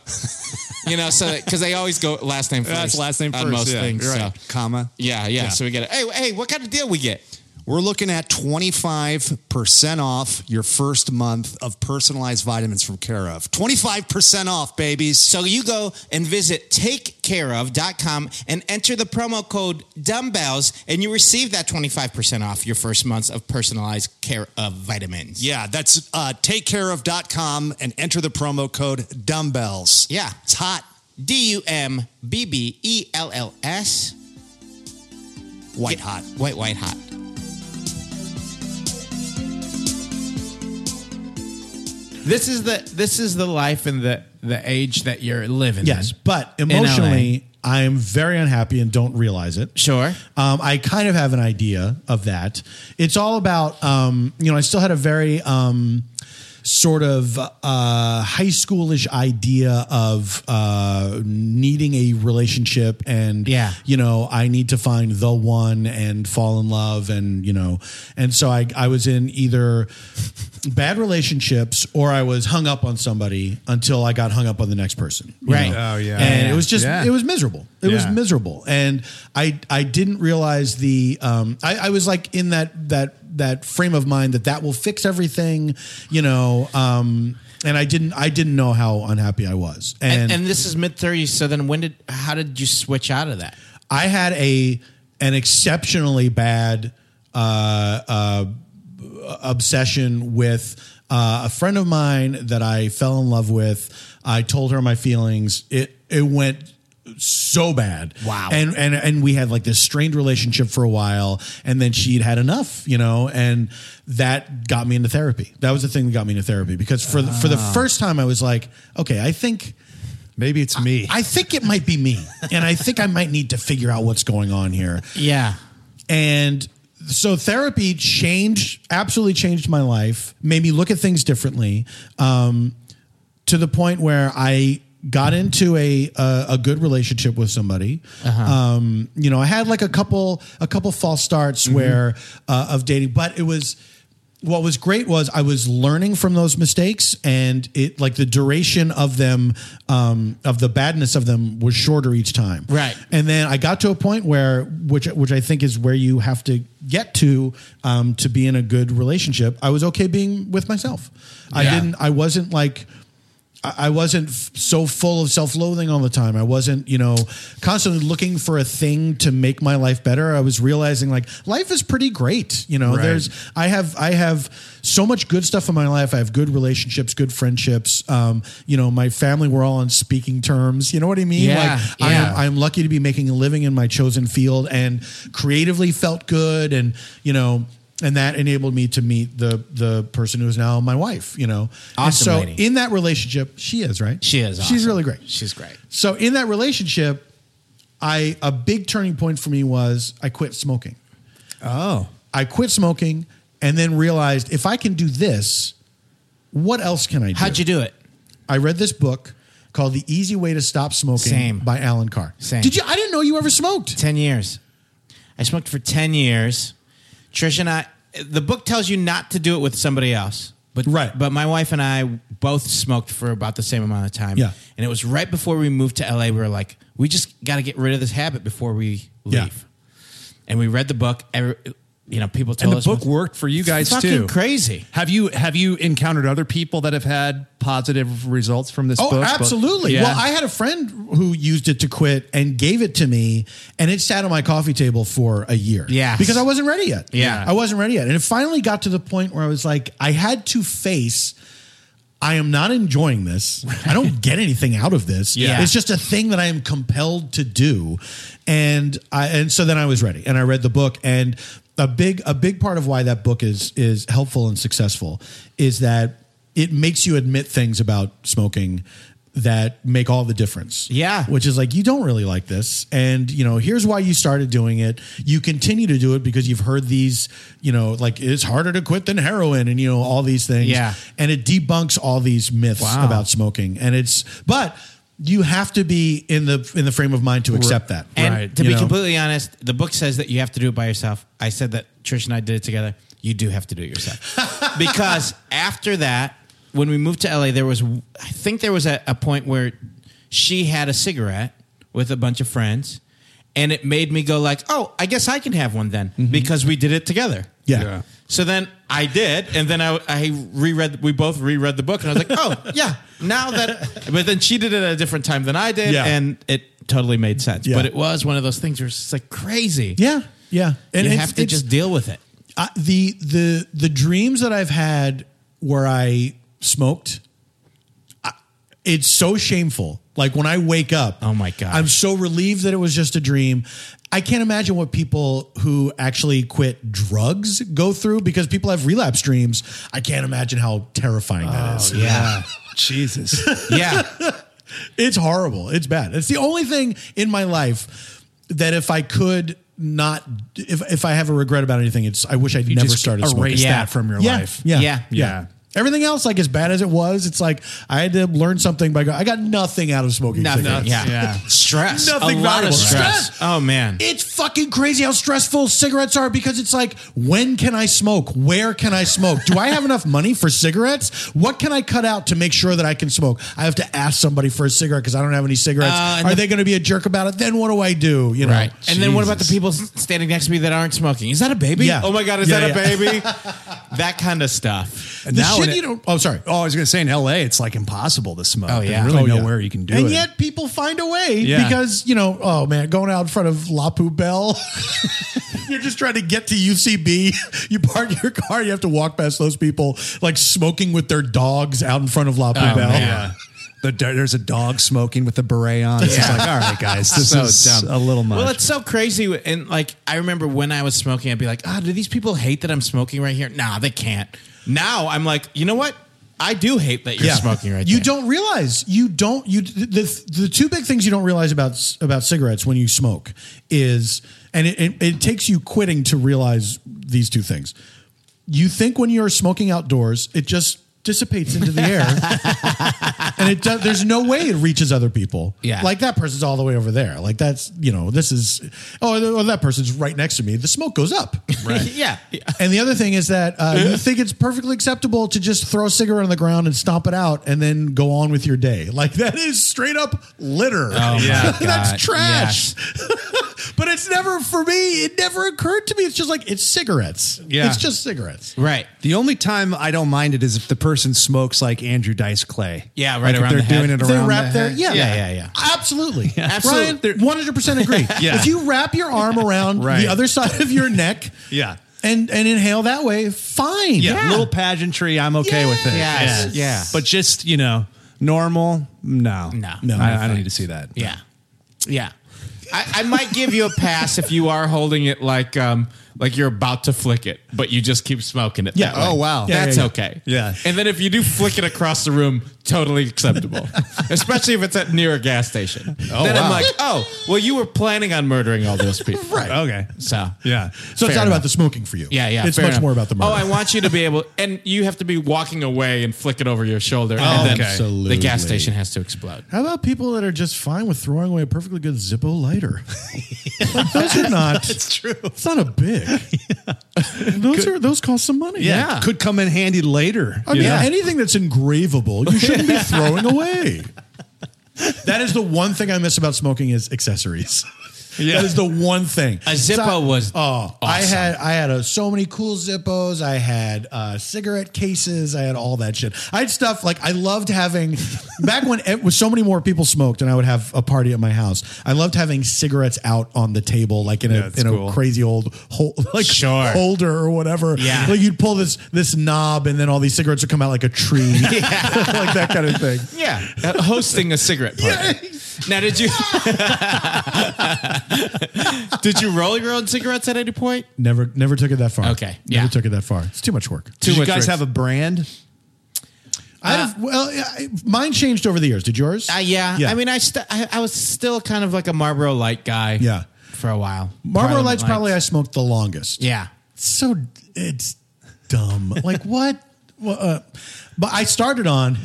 B: you know, so because they always go last name first.
C: That's last name
B: on
C: first.
B: most
C: yeah,
B: things.
C: you're
B: so-
C: right. Comma.
B: Yeah, yeah,
C: Yeah.
B: So we get it. Hey, hey, what kind of deal we get?
C: We're looking at 25% off your first month of personalized vitamins from Care of. 25% off, babies.
B: So you go and visit takecareof.com and enter the promo code dumbbells, and you receive that 25% off your first months of personalized care of vitamins.
C: yeah, that's uh, takecareof.com and enter the promo code dumbbells.
B: Yeah.
C: It's hot.
B: D U M B B E L L S.
C: White hot.
B: White, white, hot.
G: This is the this is the life and the the age that you're living.
D: Yes,
G: in.
D: but emotionally, I'm very unhappy and don't realize it.
G: Sure.
D: Um, I kind of have an idea of that. It's all about, um, you know, I still had a very um, sort of uh, high schoolish idea of uh, needing a relationship and,
G: Yeah.
D: you know, I need to find the one and fall in love. And, you know, and so I, I was in either bad relationships or I was hung up on somebody until I got hung up on the next person. you
G: Right.
D: know?
H: Oh, yeah.
D: And
H: Yeah.
D: it was just,
H: Yeah.
D: it was miserable. It was
H: Yeah.
D: miserable miserable and i i didn't realize the um i, I was like in that that that frame of mind that that will fix everything you know um and i didn't i didn't know how unhappy i was
G: And,
D: and,
G: and this is mid 30s. So then when did how did you switch out of that?
D: i had a an exceptionally bad uh uh obsession with uh, a friend of mine that I fell in love with. I told her my feelings. It it went so bad.
G: Wow.
D: And and and we had like this strained relationship for a while, and then she'd had enough, you know, and that got me into therapy. That was the thing that got me into therapy because for the, for the first time I was like, okay, I think.
I: Maybe it's me.
D: I think it might be me, and I think I might need to figure out what's going on here
G: Yeah.
D: and so therapy changed absolutely changed my life made me look at things differently um, to the point where i got into a a, a good relationship with somebody um, you know i had like a couple a couple false starts where uh, of dating but it was what was great was I was learning from those mistakes, and it like the duration of them, um, of the badness of them, was shorter each time.
G: Right.
D: And then I got to a point where, which which I think is where you have to get to um, to be in a good relationship. I was okay being with myself. I
G: Yeah.
D: didn't. I wasn't like. I I wasn't f- so full of self-loathing all the time. I wasn't, you know, constantly looking for a thing to make my life better. I was realizing like life is pretty great. You know, there's I have I have so much good stuff in my life. I have good relationships, good friendships. Um, you know, my family we're all on speaking terms. You know what I mean?
G: Yeah,
D: like I
G: yeah.
D: am I'm lucky to be making a living in my chosen field and creatively felt good and, you know, and that enabled me to meet the the person who is now my wife. You know, And
B: Awesome
D: so
B: lady.
D: in that relationship, she is right.
B: She is
D: She's
B: awesome.
D: really great.
B: She's great.
D: So in that relationship, I a big turning point for me was I quit smoking.
E: Oh.
D: I quit smoking, and then realized if I can do this, what else can I do?
B: How'd you do it?
D: I read this book called The Easy Way to Stop Smoking
B: Same.
D: by Alan Carr.
B: Same.
D: Did you? I didn't know you ever smoked.
B: 10 years. I smoked for 10 years. Trish and I, the book tells you not to do it with somebody else. But,
D: Right.
B: but my wife and I both smoked for about the same amount of time.
D: Yeah.
B: And it was right before we moved to LA. We were like, we just got to get rid of this habit before we leave.
D: Yeah.
B: And we read the book. Every, you know, people told
E: And the
B: us
E: book worked for you guys
B: fucking
E: too.
B: crazy.
E: Have you have you encountered other people that have had positive results from this
D: Oh,
E: book?
D: absolutely.
E: Yeah.
D: Well, I had a friend who used it to quit and gave it to me, and it sat on my coffee table for a year.
B: Yes.
D: Because I wasn't ready yet.
B: Yeah.
D: I wasn't ready yet. And it finally got to the point where I was like, I had to face. I am not enjoying this. I don't get anything out of this.
B: Yeah.
D: It's just a thing that I am compelled to do. And I and so then I was ready and I read the book and a big a big part of why that book is is helpful and successful is that it makes you admit things about smoking that make all the difference.
B: Yeah.
D: Which is like you don't really like this and you know here's why you started doing it. You continue to do it because you've heard these, you know, like it's harder to quit than heroin and you know all these things
B: Yeah.
D: and it debunks all these myths about smoking and it's but you have to be in the in the frame of mind to accept that
B: And to
D: You
B: be
D: know?
B: completely honest, the book says that you have to do it by yourself. I said that Trish and I did it together. You do have to do it yourself. because after that, when we moved to LA, there was, I think there was a, a point where she had a cigarette with a bunch of friends. And it made me go like, oh, I guess I can have one then because we did it together.
D: Mm-hmm. Yeah. Yeah.
B: So then I did, and then I, I reread. We both reread the book, and I was like, "Oh, yeah." Now that, but then she did it at a different time than I did,
D: Yeah.
B: and it totally made sense.
D: Yeah.
B: But it was one of those things where it's just like crazy.
D: yeah yeah and
B: you
D: it's-
B: have to
D: it's-
B: just deal with it.
D: I, the the the dreams that I've had where I smoked, I, it's so shameful. Like when I wake up,
B: Oh my gosh.
D: I'm so relieved that it was just a dream. I can't imagine what people who actually quit drugs go through because people have relapse dreams. I can't imagine how terrifying
B: Oh,
D: that is.
B: Yeah,
E: Jesus.
B: yeah.
D: It's horrible. It's bad. It's the only thing in my life that if I could not, if if I have a regret about anything, it's I wish I'd never
E: just
D: started smoking.
E: erase
B: Yeah.
E: that from your
D: yeah,
E: life.
D: Yeah,
B: Yeah.
D: yeah,
E: Yeah.
D: Everything else, like as bad as it was, it's like I had to learn something by going. I got nothing out of smoking
B: Nothing.
D: cigarettes.
B: Yeah. Stress.
D: Nothing
B: a lot
D: valuable.
B: of stress.
D: Stress.
B: Oh man.
D: It's fucking crazy how stressful cigarettes are because it's like, when can I smoke? Where can I smoke? Do I have enough money for cigarettes? What can I cut out to make sure that I can smoke? I have to ask somebody for a cigarette because I don't have any cigarettes.
B: Uh, and
D: are
B: the-
D: they going to be a jerk about it? Then what do I do? You know.
B: Right. And then what about the people s- standing next to me that aren't smoking? Is that a baby?
D: Yeah.
B: Oh my God, is
D: Yeah,
B: that
D: yeah.
B: a baby? that kind of stuff.
E: And
D: The
E: now
D: shit
E: in it-
D: you don't. Oh, sorry.
E: Oh, I was gonna say in LA, it's like impossible to smoke.
B: Oh,
E: There's
B: yeah.
E: really
D: Oh, yeah.
E: nowhere you can do
D: and
E: it.
D: yet people find a way
E: Yeah.
D: because, you know, oh man, going out in front of La Poubelle, you're just trying to get to UCB. You park your car, you have to walk past those people like smoking with their dogs out in front of
B: Oh,
D: La Poubelle.
E: yeah. The, there's a dog smoking with a beret on. It's just like, all right, guys, this
B: so
E: is
B: dumb.
E: a little much.
B: Well, it's so crazy. And like, I remember when I was smoking, I'd be like, "Ah, do these people hate that I'm smoking right here?" Nah, they can't. Now I'm like, you know what? I do hate that you're smoking right
D: You
B: there.
D: don't realize you don't you the the two big things you don't realize about about cigarettes when you smoke is and it, it, it takes you quitting to realize these two things. You think when you're smoking outdoors, it just dissipates into the air, and it does, there's no way it reaches other people.
B: Yeah.
D: like that person's all the way over there. Like that's you know this is oh th- oh, that person's right next to me. The smoke goes up.
B: yeah. yeah.
D: And the other thing is that uh, you think it's perfectly acceptable to just throw a cigarette on the ground and stomp it out and then go on with your day. Like that is straight up litter.
B: my God.
D: That's trash. but it's never, for me, it never occurred to me. It's just like, it's cigarettes.
E: Yeah.
D: It's just cigarettes.
B: Right.
E: the only time I don't mind it is if the person smokes like Andrew Dice Clay.
B: Yeah, right
E: Like if
B: around
E: they're
B: the
E: doing
B: head.
E: it
D: If they
E: around
D: wrap
E: the
D: their
E: head.
D: yeah
B: Yeah, yeah, yeah.
D: absolutely
B: Absolutely.
D: Ryan, 100% agree
E: Yeah.
D: if you wrap your arm around
E: Right.
D: the other side of your neck
E: Yeah.
D: and and inhale that way fine
E: yeah, little pageantry, I'm okay with it.
B: Yes.
E: Yeah.
B: Yeah.
E: But just, you know, normal, no.
B: No.
E: No. I, I don't need to see that.
B: Yeah. Yeah. I, I might give you a pass if you are holding it like um like you're about to flick it, but you just keep smoking it.
D: Yeah.
B: that way.
D: Oh, wow. Yeah,
B: That's
D: yeah, yeah.
B: okay.
D: Yeah.
B: And then if you do flick it across the room, totally acceptable. Especially if it's at near a gas station. Oh, then I'm
D: wow.
B: like, oh, well, you were planning on murdering all those people.
D: Right. Okay.
B: So
D: Yeah. So
B: Fair
D: it's not
B: enough.
D: about the smoking for you.
B: Yeah, yeah.
D: It's
B: fair
D: much
B: enough.
D: more about the murder.
B: Oh, I want you to be able, and you have to be walking away and flick it over your shoulder, and then
D: Oh, Absolutely.
B: the gas station has to explode.
D: How about people that are just fine with throwing away a perfectly good Zippo lighter? Like, those are not. It's true. It's not a big. Those are those cost some money.
B: Yeah. Oh,
C: Could come in handy later.
D: I mean,
B: Yeah.
D: anything that's engravable, you shouldn't be throwing away. That is the one thing I miss about smoking is accessories. That is the one thing.
B: A Zippo was
D: Oh, I had I had uh, so many cool Zippos. I had uh, cigarette cases. I had all that shit. I had stuff like I loved having back when it was so many more people smoked, and I would have a party at my house. I loved having cigarettes out on the table, like in a
C: that's
D: in
C: cool.
D: a crazy old hol- like
B: Sure.
D: holder or whatever.
B: Yeah.
D: like you'd pull this this knob, and then all these cigarettes would come out like a tree, like that kind of thing.
B: Yeah, uh, hosting a cigarette party. Now, did you did you roll your own cigarettes at any point?
D: Never never took it that far.
B: Okay,
D: never
B: yeah.
D: took it that far. It's too much work.
B: Too
C: Did you
B: much
C: guys
B: risk.
C: have a brand?
D: I have, well, I, mine changed over the years. Did yours?
B: Uh, yeah. I mean, I, st- I I was still kind of like a Marlboro Light guy.
D: Yeah.
B: for a while.
D: Marlboro
B: Parliament
D: Lights probably I smoked the longest.
B: Yeah,
D: So it's dumb. like what? Well, uh, but I started on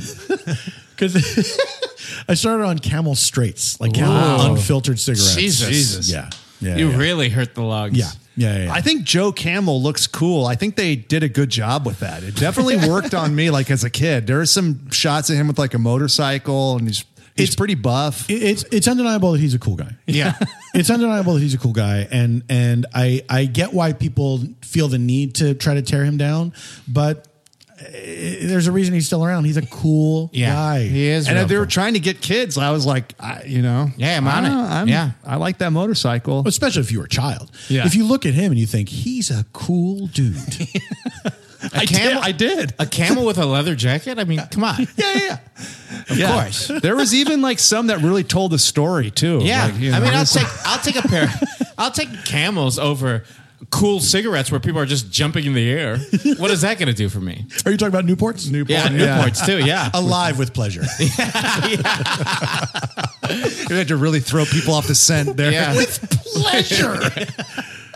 D: because I started on Camel Straights, like Camel
B: Wow.
D: unfiltered cigarettes.
B: Jesus. Jesus.
D: Yeah. Yeah.
B: you
D: yeah.
B: really hurt the lungs.
D: Yeah. Yeah. yeah, yeah.
C: I think Joe Camel looks cool. I think they did a good job with that. It definitely worked on me like as a kid. There are some shots of him with like a motorcycle and he's he's pretty buff.
D: It- it's it's undeniable that he's a cool guy.
B: Yeah.
D: it's undeniable that he's a cool guy, and and I I get why people feel the need to try to tear him down, but eh, there's a reason he's still around. He's a cool
B: Yeah,
D: guy.
B: he is.
C: and
B: real
C: if they were
B: cool.
C: trying to get kids, I was like, I, you know,
B: Yeah, I'm on
C: I
B: it.
C: don't know, I'm-
B: Yeah.
C: I like that motorcycle.
D: especially if you were a child.
C: Yeah.
D: If you look at him and you think he's a cool dude.
C: I
B: camel-
C: did. I did.
B: a camel with a leather jacket. I mean, come on.
C: yeah, yeah. Of
B: course.
C: there was even like some that really told the story too.
B: Yeah,
C: Like, you
B: I
C: know,
B: mean, I'll
C: it's like-
B: take I'll take a pair. I'll take camels over cool cigarettes where people are just jumping in the air. What is that going to do for me?
D: Are you talking about Newports? Newports.
B: Yeah, Newports too. Yeah,
D: Alive with pleasure.
C: you had to really throw people off the scent there.
B: yeah.
D: pleasure.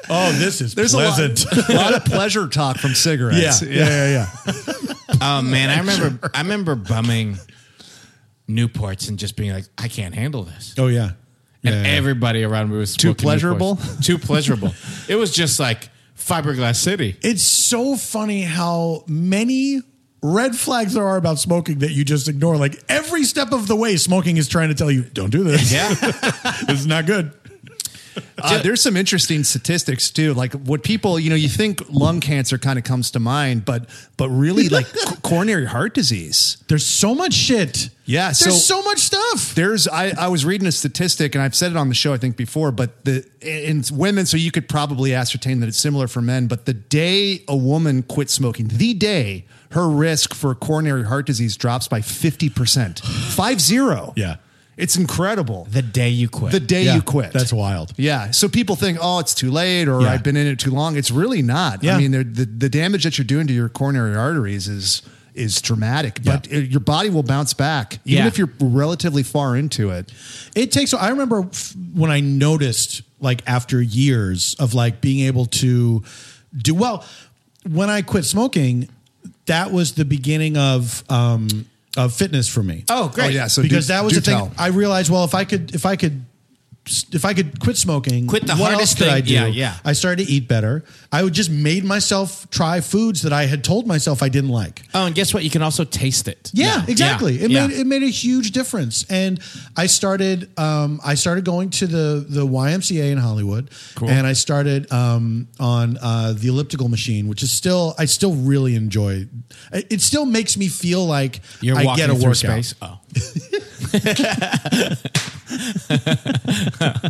D: oh, this is
C: There's
D: pleasant.
C: a lot, lot of pleasure talk from cigarettes.
D: yeah, yeah, yeah, yeah.
B: Oh man, I remember I remember bumming Newports and just being like, I can't handle this.
D: Oh yeah.
B: and everybody around me was
C: Too
B: smoking Newports.
C: pleasurable?
B: Too pleasurable. It was just like fiberglass city.
D: It's so funny how many red flags there are about smoking that you just ignore. Like every step of the way, smoking is trying to tell you, don't do this.
B: Yeah.
D: this is not good.
C: Uh, there's some interesting statistics too. Like what people, you know, you think lung cancer kind of comes to mind, but but really like c- coronary heart disease.
D: There's so much shit.
C: Yeah,
D: There's
C: so-
D: so much stuff.
C: There's I, I was reading a statistic and I've said it on the show I think before, but the in women, so you could probably ascertain that it's similar for men. But the day a woman quits smoking, the day her risk for coronary heart disease drops by fifty percent, five zero.
D: Yeah.
C: it's incredible.
B: The day you quit.
C: The day
D: Yeah,
C: you quit,
D: That's wild.
C: Yeah. So people think, oh, it's too late or
D: Yeah.
C: I've been in it too long. It's really not.
D: Yeah.
C: I mean, the, the, the damage that you're doing to your coronary arteries is is dramatic, but uh your body will bounce back even
B: Yeah.
C: if you're relatively far into it.
D: It takes. I remember f- when I noticed, like after years of like being able to do well, when I quit smoking, that was the beginning of um of fitness for me.
B: Oh, great.
C: Oh, yeah. So
D: because
C: do-
D: that was
C: do
D: the thing.
C: tell.
D: I realized. Well, if I could, if I could. If I could quit smoking,
B: Quit the
D: what
B: hardest
D: else could
B: thing.
D: I do?
B: Yeah, yeah.
D: I started to eat better. I would just made myself try foods that I had told myself I didn't like.
B: Oh, and guess what? You can also taste it.
D: Yeah, exactly.
B: Yeah.
D: It
B: Yeah.
D: made it made a huge difference, and I started um, I started going to the the YMCA in Hollywood, and I started um, on uh, the elliptical machine, which is still I still really enjoy. It it still makes me feel like
B: You're
D: I
B: walking
D: get a
B: through
D: workout.
B: space. Oh.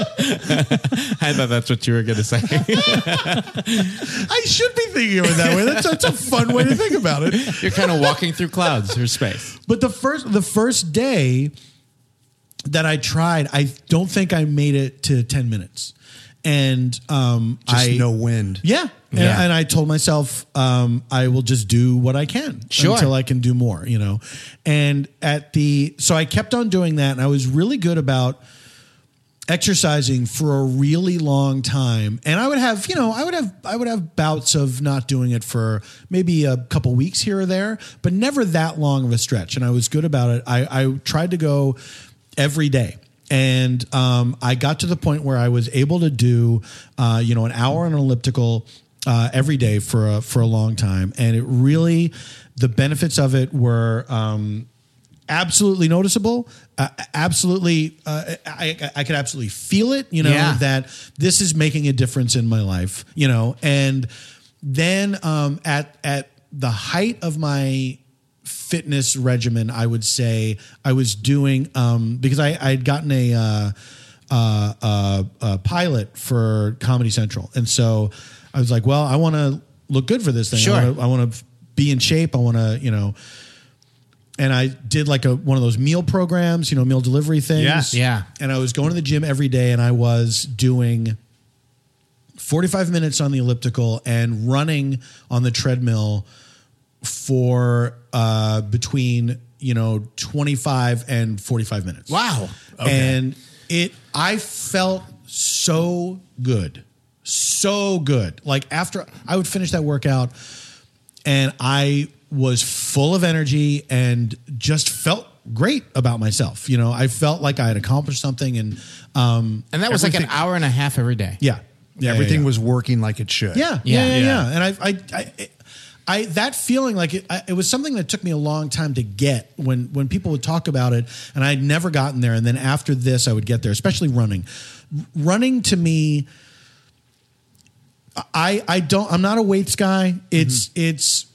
B: I thought that's what you were going to say.
D: I should be thinking of it that way. That's, that's a fun way to think about it.
B: You're kind of walking through clouds or space.
D: But the first the first day, that I tried, I don't think I made it to 10 minutes. And um,
J: Just
D: I
J: no wind.
D: Yeah. And,
B: Yeah.
D: and I told myself um, I will just do what I can
B: Sure.
D: until I can do more, you know. And at the so I kept on doing that, and I was really good about exercising for a really long time. And I would have, you know, I would have I would have bouts of not doing it for maybe a couple weeks here or there, but never that long of a stretch. And I was good about it. I, I tried to go every day. And um, I got to the point where I was able to do, uh, you know, an hour on an elliptical uh, every day for a, for a long time, and it really, the benefits of it were um, absolutely noticeable. Uh, absolutely, uh, I, I, I could absolutely feel it. You know
B: Yeah.
D: that this is making a difference in my life. You know, and then um, at at the height of my fitness regimen, I would say I was doing um, because I I had gotten a. Uh, uh, uh, uh, pilot for Comedy Central, and so I was like, "Well, I want to look good for this thing.
B: Sure.
D: I wanna- I want to be in shape. I want to, you know, and I did like a one of those meal programs, you know, meal delivery things.
B: Yeah, yeah.
D: And I was going to the gym every day, and I was doing forty-five minutes on the elliptical and running on the treadmill for uh, between you know twenty-five and forty-five minutes.
B: Wow.
D: And it, I felt so good, so good. Like after I would finish that workout, and I was full of energy and just felt great about myself. You know, I felt like I had accomplished something, and um,
B: And that was like an
J: Everything-
B: hour and a half every day.
D: yeah, yeah,
J: Everything
D: was.
J: was working like it should.
D: Yeah, yeah,
B: Yeah.
D: yeah. yeah. And I, I, I, I, that feeling like it, I, it was something that took me a long time to get when when people would talk about it, and I'd never gotten there. And then after this, I would get there, especially running. R- Running to me, I, I don't, I'm not a weights guy. It's,
B: Mm-hmm.
D: it's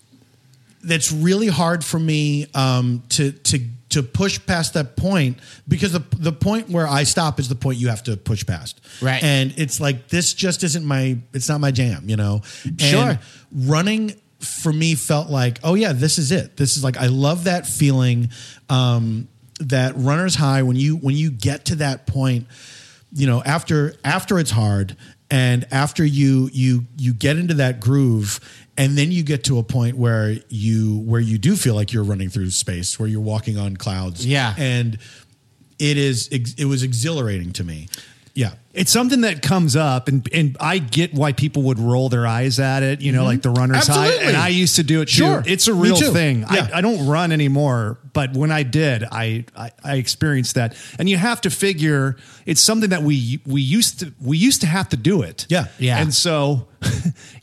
D: that's really hard for me um, to to to push past that point because the the point where I stop is the point you have to push past.
B: Right.
D: And it's like this just isn't my it's not my jam, you know. And
B: Sure.
D: Running for me felt like, oh yeah, this is it. This is like I love that feeling um that runner's high when you when you get to that point, you know, after after it's hard and after you you you get into that groove and then you get to a point where you where you do feel like you're running through space where you're walking on clouds
B: Yeah.
D: and it is it was exhilarating to me yeah
J: It's something that comes up, and, and I get why people would roll their eyes at it, you know, like the runner's high.
D: Mm-hmm. Absolutely.
J: And I used to do it too.
D: Sure.
J: It's a
D: Me
J: real
D: too.
J: thing.
D: Yeah.
J: I, I don't run anymore, but when I did, I, I, I experienced that. And you have to figure it's something that we we used to we used to have to do it.
D: Yeah.
B: Yeah.
J: And so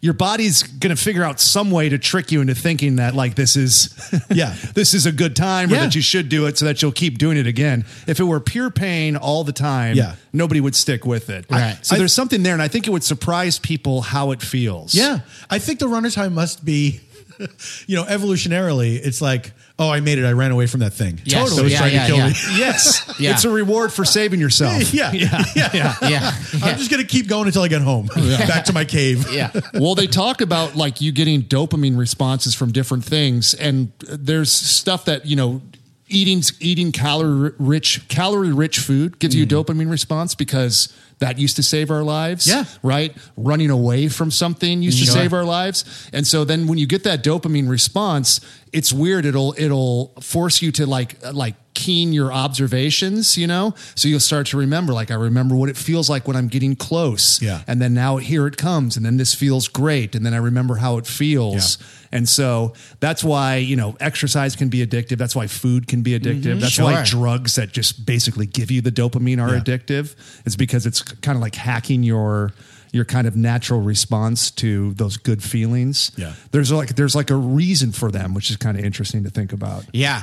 J: your body's gonna figure out some way to trick you into thinking that like this is
D: Yeah.
J: this is a good time or
D: Yeah.
J: that you should do it so that you'll keep doing it again. If it were pure pain all the time,
D: Yeah.
J: nobody would stick with it.
B: Right.
J: so
D: I-
J: there's something there, and I think it would surprise people how it feels.
D: yeah i think the runner's high must be you know evolutionarily it's like oh i made it i ran away from that thing
B: Yes.
D: totally
B: Yeah,
D: trying
B: yeah,
D: to kill
B: yeah.
D: me
J: Yes.
B: Yeah.
J: It's a reward for saving yourself.
D: yeah. Yeah.
B: Yeah.
D: i'm just gonna keep going until i get home back to my cave
B: Yeah.
C: well, they talk about like you getting dopamine responses from different things, and there's stuff that you know, eating eating calorie rich calorie rich food gives you a dopamine response because that used to save our lives.
D: Mm. Yeah.
C: right. Running away from something used to save our lives, and so then when you get that dopamine response, it's weird. It'll it'll force you to like like keen your observations, you know, so you'll start to remember. Like I remember what it feels like when I'm getting close.
D: Yeah.
C: And then now here it comes. And then this feels great. And then I remember how it feels. And so that's why, you know, exercise can be addictive. That's why food can be addictive. That's why
B: Sure.
C: drugs that just basically give you the dopamine are addictive. It's because it's kind of like hacking your your kind of natural response to those good feelings.
D: Yeah.
C: There's like there's like a reason for them, which is kind of interesting to think about.
B: Yeah.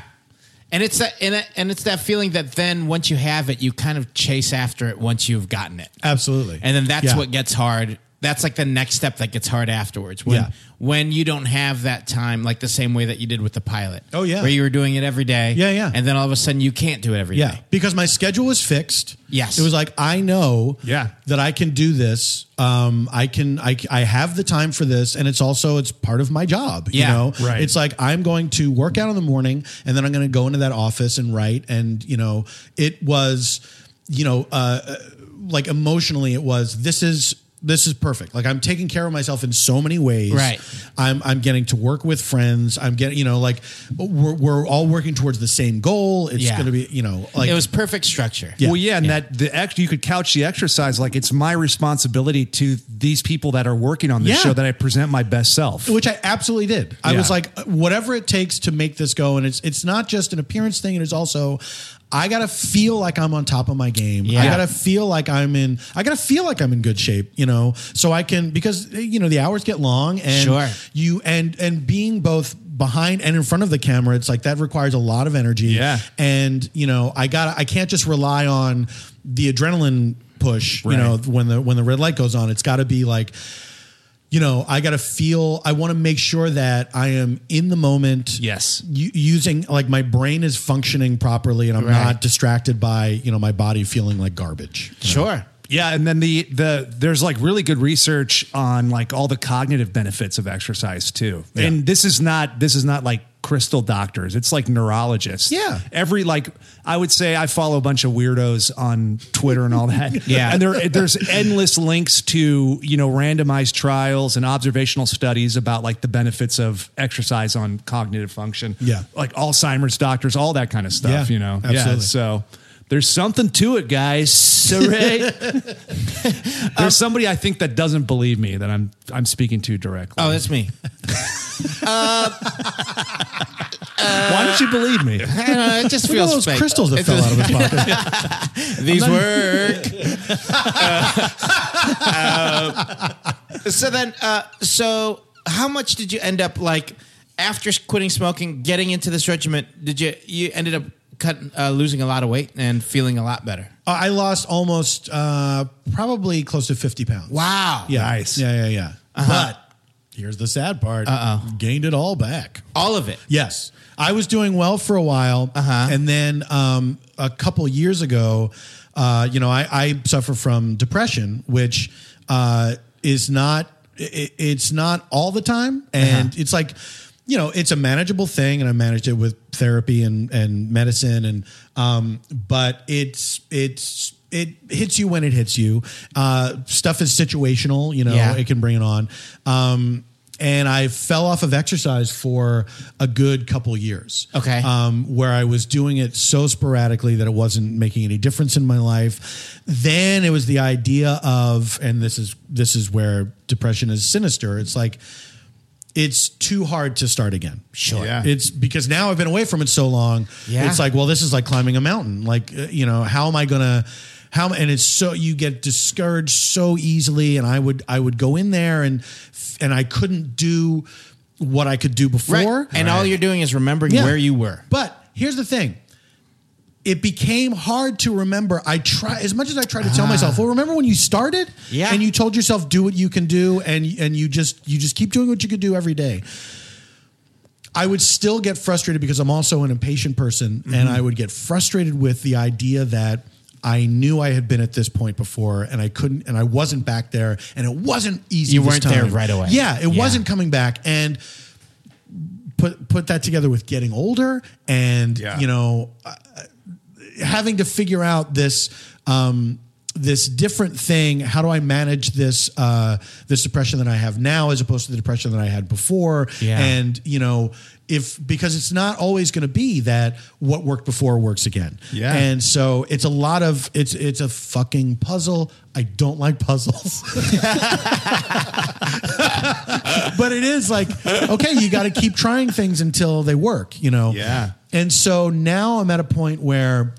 B: And it's that and, it, and it's that feeling that then once you have it, you kind of chase after it once you've gotten it.
D: absolutely
B: And then that's
D: Yeah.
B: what gets hard that's like the next step that gets hard afterwards. When,
D: Yeah.
B: when you don't have that time, like the same way that you did with the pilot.
D: Oh, yeah.
B: Where you were doing it every day.
D: Yeah, yeah.
B: And then all of a sudden you can't do it every day.
D: Yeah, because my schedule was fixed.
B: Yes.
D: it was like I know.
E: Yeah.
D: that I can do this. Um, I can. I I have the time for this, and it's also it's part of my job.
B: Yeah,
D: you know,
E: right.
D: It's like I'm going to work out in the morning, and then I'm going to go into that office and write. And you know, it was, you know, uh, like emotionally, it was this is. This is perfect. Like I'm taking care of myself in so many ways.
B: Right.
D: I'm I'm getting to work with friends. I'm getting you know like we're we're all working towards the same goal. It's
B: Yeah.
D: going to be you know like
B: it was perfect structure.
E: Well, yeah, and that the ex- you could couch the exercise like it's my responsibility to these people that are working on this
D: Yeah.
E: show that I present my best self.
D: which I absolutely did. I
E: Yeah.
D: was like, whatever it takes to make this go, and it's it's not just an appearance thing. It is also, I gotta feel like I'm on top of my game. I
B: Yeah.
D: gotta feel like I'm in. I gotta feel like I'm in good shape. You know, so I can because you know the hours get long and
B: Sure.
D: you and and being both behind and in front of the camera it's like that requires a lot of energy
E: Yeah.
D: and you know i got i can't just rely on the adrenaline push you know when the when the red light goes on it's got to be like you know, I got to feel, I want to make sure that I am in the moment.
E: Yes.
D: u- using, like, my brain is functioning properly and I'm not distracted by, you know, my body feeling like garbage.
B: Sure.
E: Yeah, and then the the there's like really good research on like all the cognitive benefits of exercise too. And this is not this is not like crystal doctors. It's like neurologists.
D: Yeah.
E: Every like I would say I follow a bunch of weirdos on Twitter and all that. yeah. And there there's endless links to, you know, randomized trials and observational studies about like the benefits of exercise on cognitive function.
D: Yeah.
E: Like Alzheimer's doctors, all that kind of stuff,
D: Yeah,
E: you know. Yeah.
D: absolutely.
E: So there's something to it, guys. All right. There's
C: Um,
E: somebody I think that doesn't believe me that I'm I'm speaking to directly.
B: Oh, that's me.
C: Uh,
E: Why don't you believe me?
B: I don't know, it just
D: Look at all
B: feels
D: those
B: fake.
D: crystals that
B: It
D: fell
B: just-
D: out of his pocket.
B: These work. Uh, so then, uh, so how much did you end up like after quitting smoking, getting into this regiment? Did you you ended up cutting, uh, losing a lot of weight and feeling a lot better?
D: Uh, I lost almost, uh, probably close to 50 pounds.
B: Wow!
D: Yeah.
E: Nice.
D: Yeah, yeah, yeah. But here's the sad part. Uh-oh. Gained it all back.
B: all of it.
D: Yes. I was doing well for a while. And then um, a couple years ago, uh, you know, I, I suffer from depression, which uh, is not, it, it's not all the time. And it's like, you know, it's a manageable thing. And I managed it with therapy and, and medicine. And, um, but it's, it's, it hits you when it hits you. Uh, stuff is situational, you know,
B: Yeah.
D: it can bring it on. Um, and I fell off of exercise for a good couple years.
B: Okay.
D: Um, where I was doing it so sporadically that it wasn't making any difference in my life. Then it was the idea of, and this is this is where depression is sinister. It's like it's too hard to start again. Sure.
E: Yeah.
D: It's because now I've been away from it so long.
B: Yeah.
D: It's like, well, this is like climbing a mountain. Like, uh, you know, how am I going to how am- and it's so you get discouraged so easily and I would I would go in there and and I couldn't do what I could do before.
B: Right. And all you're doing is remembering
D: Yeah.
B: where you were.
D: But here's the thing. It became hard to remember. I try as much as I try to tell myself, well, remember when you started?
B: Ah. Yeah.
D: And you told yourself do what you can do and and you just you just keep doing what you could do every day. I would still get frustrated because I'm also an impatient person
B: Mm-hmm.
D: and I would get frustrated with the idea that I knew I had been at this point before and I couldn't and I wasn't back there and it wasn't easy.
B: You
D: this
B: weren't there
D: time.
B: right away.
D: Yeah, it
B: Yeah.
D: wasn't coming back and put put that together with getting older and you know uh, having to figure out this um, this different thing. How do I manage this uh, this depression that I have now as opposed to the depression that I had before?
B: Yeah.
D: And you know, if because it's not always going to be that what worked before works again.
E: Yeah.
D: And so it's a lot of it's it's a fucking puzzle. I don't like puzzles. but it is like okay you got to keep trying things until they work you know
E: Yeah.
D: and so now i'm at a point where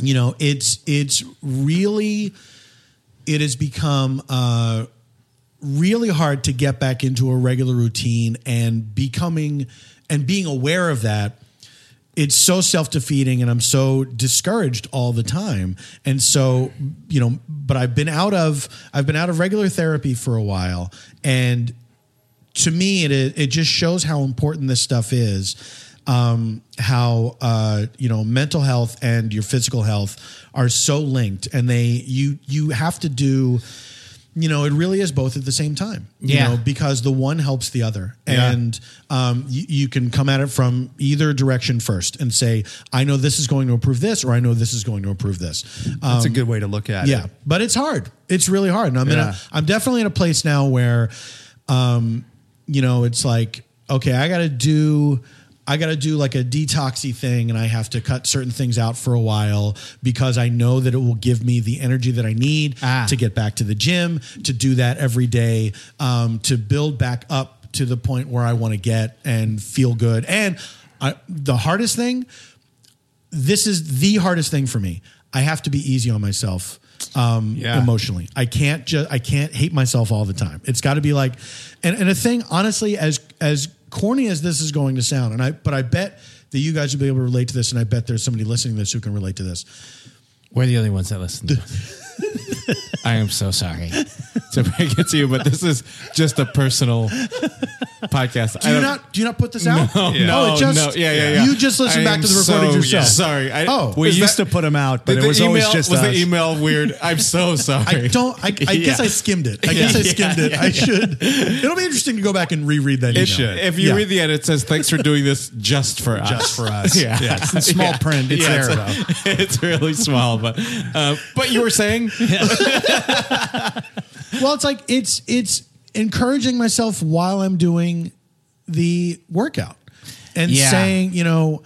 D: you know it's it's really it has become uh really hard to get back into a regular routine and becoming and being aware of that it's so self defeating, and I'm so discouraged all the time. And so, you know, but I've been out of I've been out of regular therapy for a while, and to me, it it just shows how important this stuff is. Um, how uh, you know mental health and your physical health are so linked, and they you you have to do. You know, it really is both at the same time. You
C: Yeah.
D: know, because the one helps the other, and um, you, you can come at it from either direction first and say, "I know this is going to improve this," or "I know this is going to improve this." Um,
E: That's a good way to look at
D: yeah,
E: it.
D: but it's hard. It's really hard. And I'm in
E: Yeah.
D: a, I'm definitely in a place now where, um, you know, it's like okay, I got to do. I got to do like a detoxy thing and I have to cut certain things out for a while because I know that it will give me the energy that I need
C: Ah.
D: to get back to the gym, to do that every day, um, to build back up to the point where I want to get and feel good. And I, the hardest thing, this is the hardest thing for me. I have to be easy on myself um,
E: Yeah.
D: emotionally. I can't just I can't hate myself all the time. It's got to be like, and and a thing honestly, as as corny as this is going to sound, and I but I bet that you guys will be able to relate to this, and I bet there's somebody listening to this who can relate to this.
C: We're the only ones that listen. To this. I am so sorry to break it to you, but this is just a personal podcast.
D: Do
C: I
D: you
C: don't-
D: not do you not put this out?
C: No, no,
E: Oh,
D: it just,
C: no. Yeah, yeah, yeah.
D: You just listen
C: I
D: back
C: am
D: to the recording
C: so
D: yourself.
C: Sorry. I,
D: Oh,
E: We
C: is
E: used
C: that-
E: to put them out, but
C: Did
E: it was
C: the email,
E: always just
C: was
E: us.
C: the email weird. I'm so sorry.
D: I don't. I, I
C: Yeah.
D: guess I skimmed it. I guess I skimmed it. I should. It'll be interesting to go back and reread that.
C: It
D: email.
C: should. If you
D: Yeah.
C: read the edit, it says thanks for doing this just for us.
D: Just for us.
C: Yeah,
D: Yeah, it's in small print. It's there,
C: it's, it's really small, but uh, but you were saying
D: well it's like it's it's encouraging myself while i'm doing the workout and
C: Yeah.
D: saying you know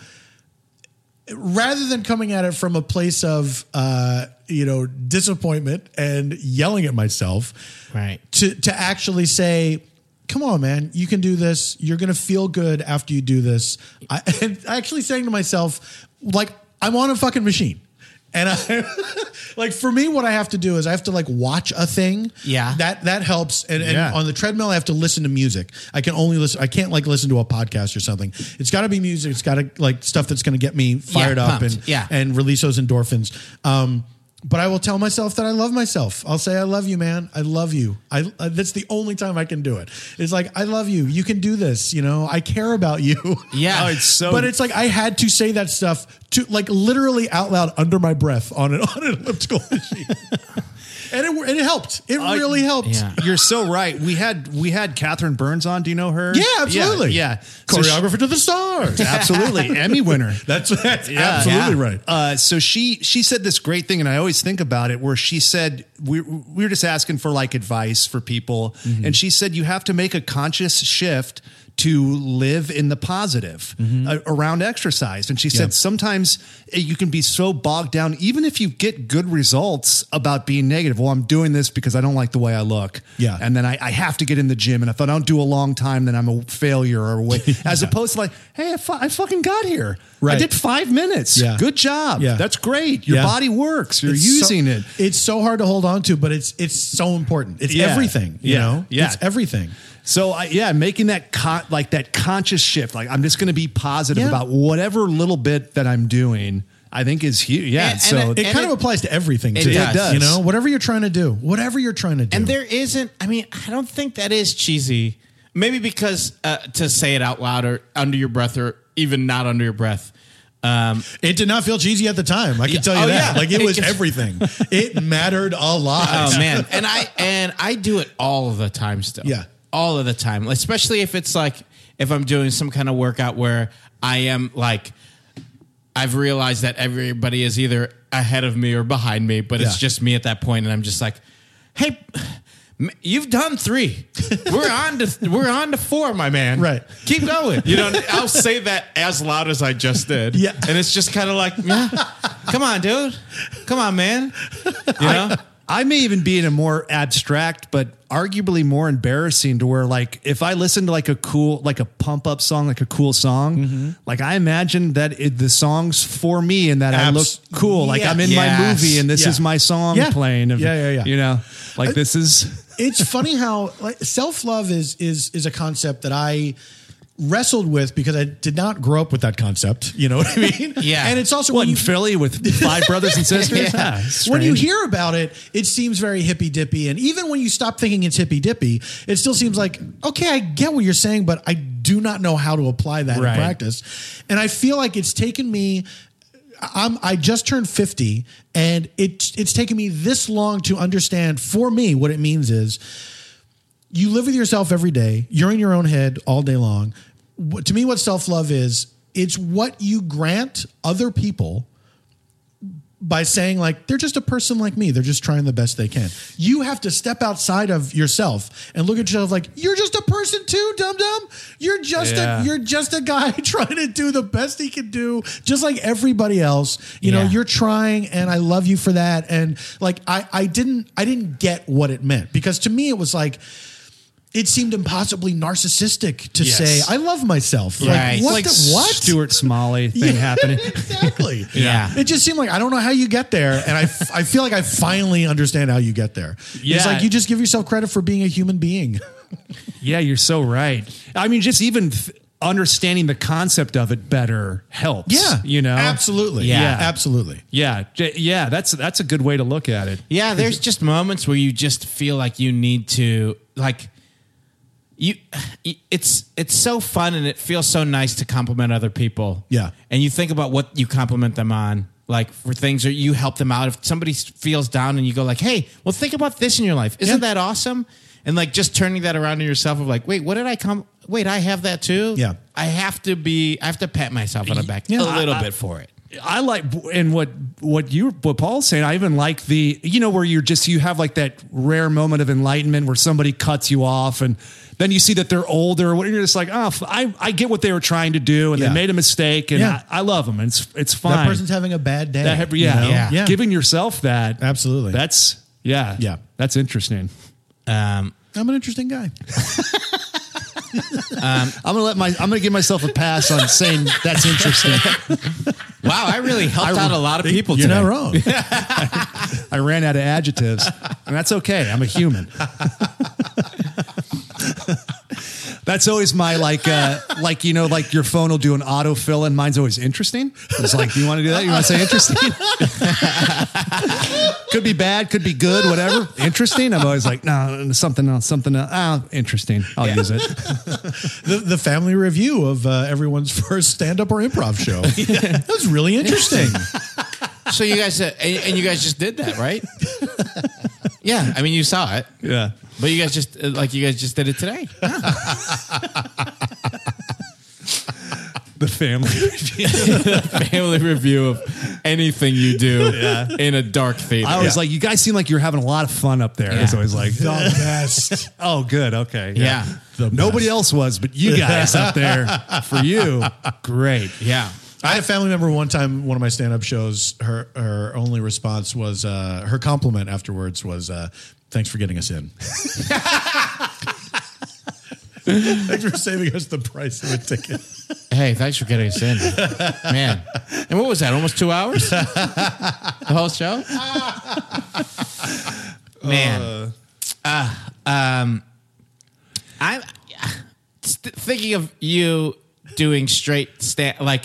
D: rather than coming at it from a place of uh you know disappointment and yelling at myself
C: Right.
D: to to actually say come on man you can do this you're gonna feel good after you do this I, and actually saying to myself like i'm on a fucking machine and I like for me, what I have to do is I have to like watch a thing.
C: Yeah.
D: That that helps. And, and
E: Yeah.
D: on the treadmill, I have to listen to music. I can only listen. I can't like listen to a podcast or something. It's got to be music. It's got to like stuff that's going to get me fired up
C: pumped.
D: and
C: Yeah.
D: and release those endorphins. Um, but I will tell myself that I love myself. I'll say I love you, man. I love you. I uh, that's the only time I can do it. It's like I love you. You can do this. You know, I care about you.
C: Yeah. Oh, it's
E: so-
D: But it's like I had to say that stuff to like literally out loud under my breath on an on an elliptical machine. And it, and it helped. It really helped.
C: yeah.
E: You're so right. We had we had Catherine Burns on. Do you know her?
D: Yeah, absolutely.
E: Yeah, yeah. So she-
D: Choreographer to the stars.
E: absolutely, Emmy winner.
D: That's, that's
E: Yeah.
D: absolutely
E: Yeah.
D: right.
E: Uh, so she she said this great thing, and I always think about it. Where she said we we were just asking for like advice for people,
D: Mm-hmm.
E: and she said you have to make a conscious shift to live in the positive
D: Mm-hmm.
E: uh, around exercise. And she said sometimes uh, you can be so bogged down, even if you get good results, about being negative. Well, I'm doing this because I don't like the way I look.
D: Yeah.
E: and then I, I have to get in the gym, and if I don't do a long time, then I'm a failure or a wa- as opposed to like, hey, I, fu- I fucking got here. I
D: Right.
E: did five minutes.
D: Yeah.
E: Good job.
D: Yeah.
E: That's great. Your
D: Yeah.
E: body works. You're
D: It's
E: using
D: so-
E: it.
D: It's so hard to hold on to, but it's it's so important. It's
E: Yeah.
D: everything, you
E: Yeah.
D: know.
E: Yeah.
D: It's everything.
E: So I, yeah, making that con- like that conscious shift. Like I'm just going to be positive
D: Yeah.
E: about whatever little bit that I'm doing. I think is huge. Yeah.
B: And-
E: so
B: and
D: It
B: And
D: kind
B: it-
D: of applies to everything.
B: It
D: too.
B: does. It does.
D: You know, whatever you're trying to do, whatever you're trying to do.
B: And there isn't. I mean, I don't think that is cheesy. Maybe because uh, to say it out loud or under your breath or even not under your breath. Um,
D: it did not feel cheesy at the time. I can
B: Yeah.
D: tell you
B: Oh,
D: that.
B: yeah.
D: Like it
B: It
D: was
B: gets-
D: everything. it mattered a lot.
B: oh man, and I and I do it all of the time still.
D: Yeah.
B: all of the time. Especially if it's like if I'm doing some kind of workout where I am like, I've realized that everybody is either ahead of me or behind me, but it's
D: Yeah.
B: just me at that point, and I'm just like, hey. m- You've done three. We're on to we're on to four, my man.
D: Right.
B: Keep going. You know, I'll say that as loud as I just did.
D: Yeah.
B: And it's just kind of like, yeah, come on, dude. Come on, man. You know?
E: I may even be in a more abstract, but arguably more embarrassing to where like if I listen to like a cool, like a pump up song, like a cool song,
D: Mm-hmm.
E: like I imagine that it, the song's for me and that I look
D: Abs-
E: cool. Like
D: Yeah.
E: I'm in my
D: Yes.
E: movie and this
D: Yeah.
E: is my song
D: Yeah.
E: playing. Of,
D: Yeah, yeah, yeah.
E: You know, like this is
D: it's funny how like self love is is is a concept that I wrestled with because I did not grow up with that concept. You know what I mean?
B: Yeah.
D: And it's also
E: What
D: when you,
E: in Philly with five brothers and sisters? Ah, yeah.
D: when you hear about it, it seems very hippy dippy. And even when you stop thinking it's hippy dippy, it still seems like, okay, I get what you're saying, but I do not know how to apply that
E: Right.
D: in practice. And I feel like it's taken me. I'm I just turned 50 and it it's taken me this long to understand for me what it means is you live with yourself every day. You're in your own head all day long. Wh- To me, what self love is, it's what you grant other people by saying, like, they're just a person like me. They're just trying the best they can. You have to step outside of yourself and look at yourself like, you're just a person too, dum dum. You're just
E: Yeah.
D: a you're just a guy trying to do the best he can do, just like everybody else. You know,
B: Yeah.
D: you're trying and I love you for that. And like I I didn't I didn't get what it meant because to me it was like it seemed impossibly narcissistic to
E: Yes.
D: say I love myself.
B: Right.
D: Like what?
E: like
D: the, what?
E: Stuart Smalley thing
D: Yeah,
E: happening.
D: exactly.
B: Yeah.
D: It just seemed like I don't know how you get there, and I, f- I feel like I finally understand how you get there.
E: Yeah.
D: It's like you just give yourself credit for being a human being.
E: Yeah, you're so right. I mean, just even f- understanding the concept of it better helps. you know,
D: absolutely.
B: Yeah.
D: absolutely.
E: Yeah, j- yeah, that's that's a good way to look at it.
B: Yeah, there's just moments where you just feel like you need to like you it's it's so fun and it feels so nice to compliment other people.
D: Yeah.
B: And you think about what you compliment them on. Like for things or you help them out. If somebody feels down and you go like, "Hey, well, think about this in your life. Isn't
D: Yeah.
B: that awesome?" And like just turning that around in yourself of like, "Wait, what did I come? Wait, I have that too.
D: Yeah.
B: I have to be. I have to pat myself on the back a little bit for it.
E: I like and what what you what Paul's saying. I even like the you know where you're just you have like that rare moment of enlightenment where somebody cuts you off and then you see that they're older. And you're just like, oh, f- I I get what they were trying to do and
D: Yeah.
E: they made a mistake and
D: Yeah.
E: I, I love them. And it's it's fine.
D: That person's having a bad day.
E: That- yeah,
D: you know?
E: yeah,
D: yeah.
E: Giving yourself that
D: Absolutely.
E: That's yeah,
D: Yeah.
E: That's interesting.
B: Um,
D: I'm an interesting guy.
K: I'm gonna let my. I'm gonna give myself a pass on saying that's interesting.
B: wow, I really helped out a lot of people.
D: You're
B: today.
D: not wrong.
E: I ran out of adjectives, and that's okay. I'm a human. that's always my like, uh, like you know, like your phone will do an autofill, and mine's always interesting. It's like, you want to do that? You want to say interesting? could be bad, could be good, whatever. Interesting. I'm always like, no, something else, something else. Ah, interesting. I'll use it.
D: the, the family review of uh, everyone's first stand up or improv show. That was really interesting.
B: So you guys uh, and, and you guys just did that, right? yeah, I mean you saw it,
E: Yeah.
B: but you guys just uh, like you guys just did it today.
E: The family.
B: Family review of anything you do in a dark theater.
E: I was like, you guys seem like you're having a lot of fun up there. It's
B: Yeah.
E: always like,
D: the best.
E: oh, good. Okay.
B: yeah,
E: Nobody else was, but you guys up there for you. Great.
B: yeah.
D: I had a family member one time, one of my stand up shows, her, her only response was, uh, her compliment afterwards was, uh, thanks for getting us in. thanks for saving us the price of a ticket.
B: Hey, thanks for getting us in, man. And what was that? Almost two hours? the whole show? man. Uh, um, I'm st- thinking of you doing straight stand. Like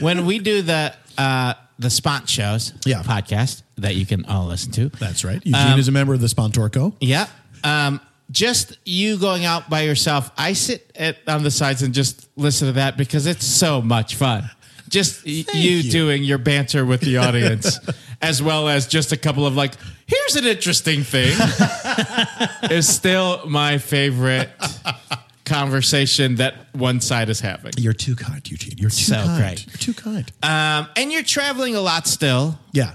B: when we do the uh, the spot shows,
D: Yeah.
B: podcast that you can all listen to.
D: That's right. Eugene is a member of the Spontorco.
B: Yeah. Um, just you going out by yourself. I sit at, on the sides and just listen to that because it's so much fun. Just y- you,
D: you.
B: doing your banter with the audience, as well as just a couple of like, here's an interesting thing, is still my favorite conversation that one side is having.
D: You're too kind, Eugene. You're too
B: So
D: kind.
B: great.
D: You're too kind.
B: Um, and you're traveling a lot still.
D: Yeah.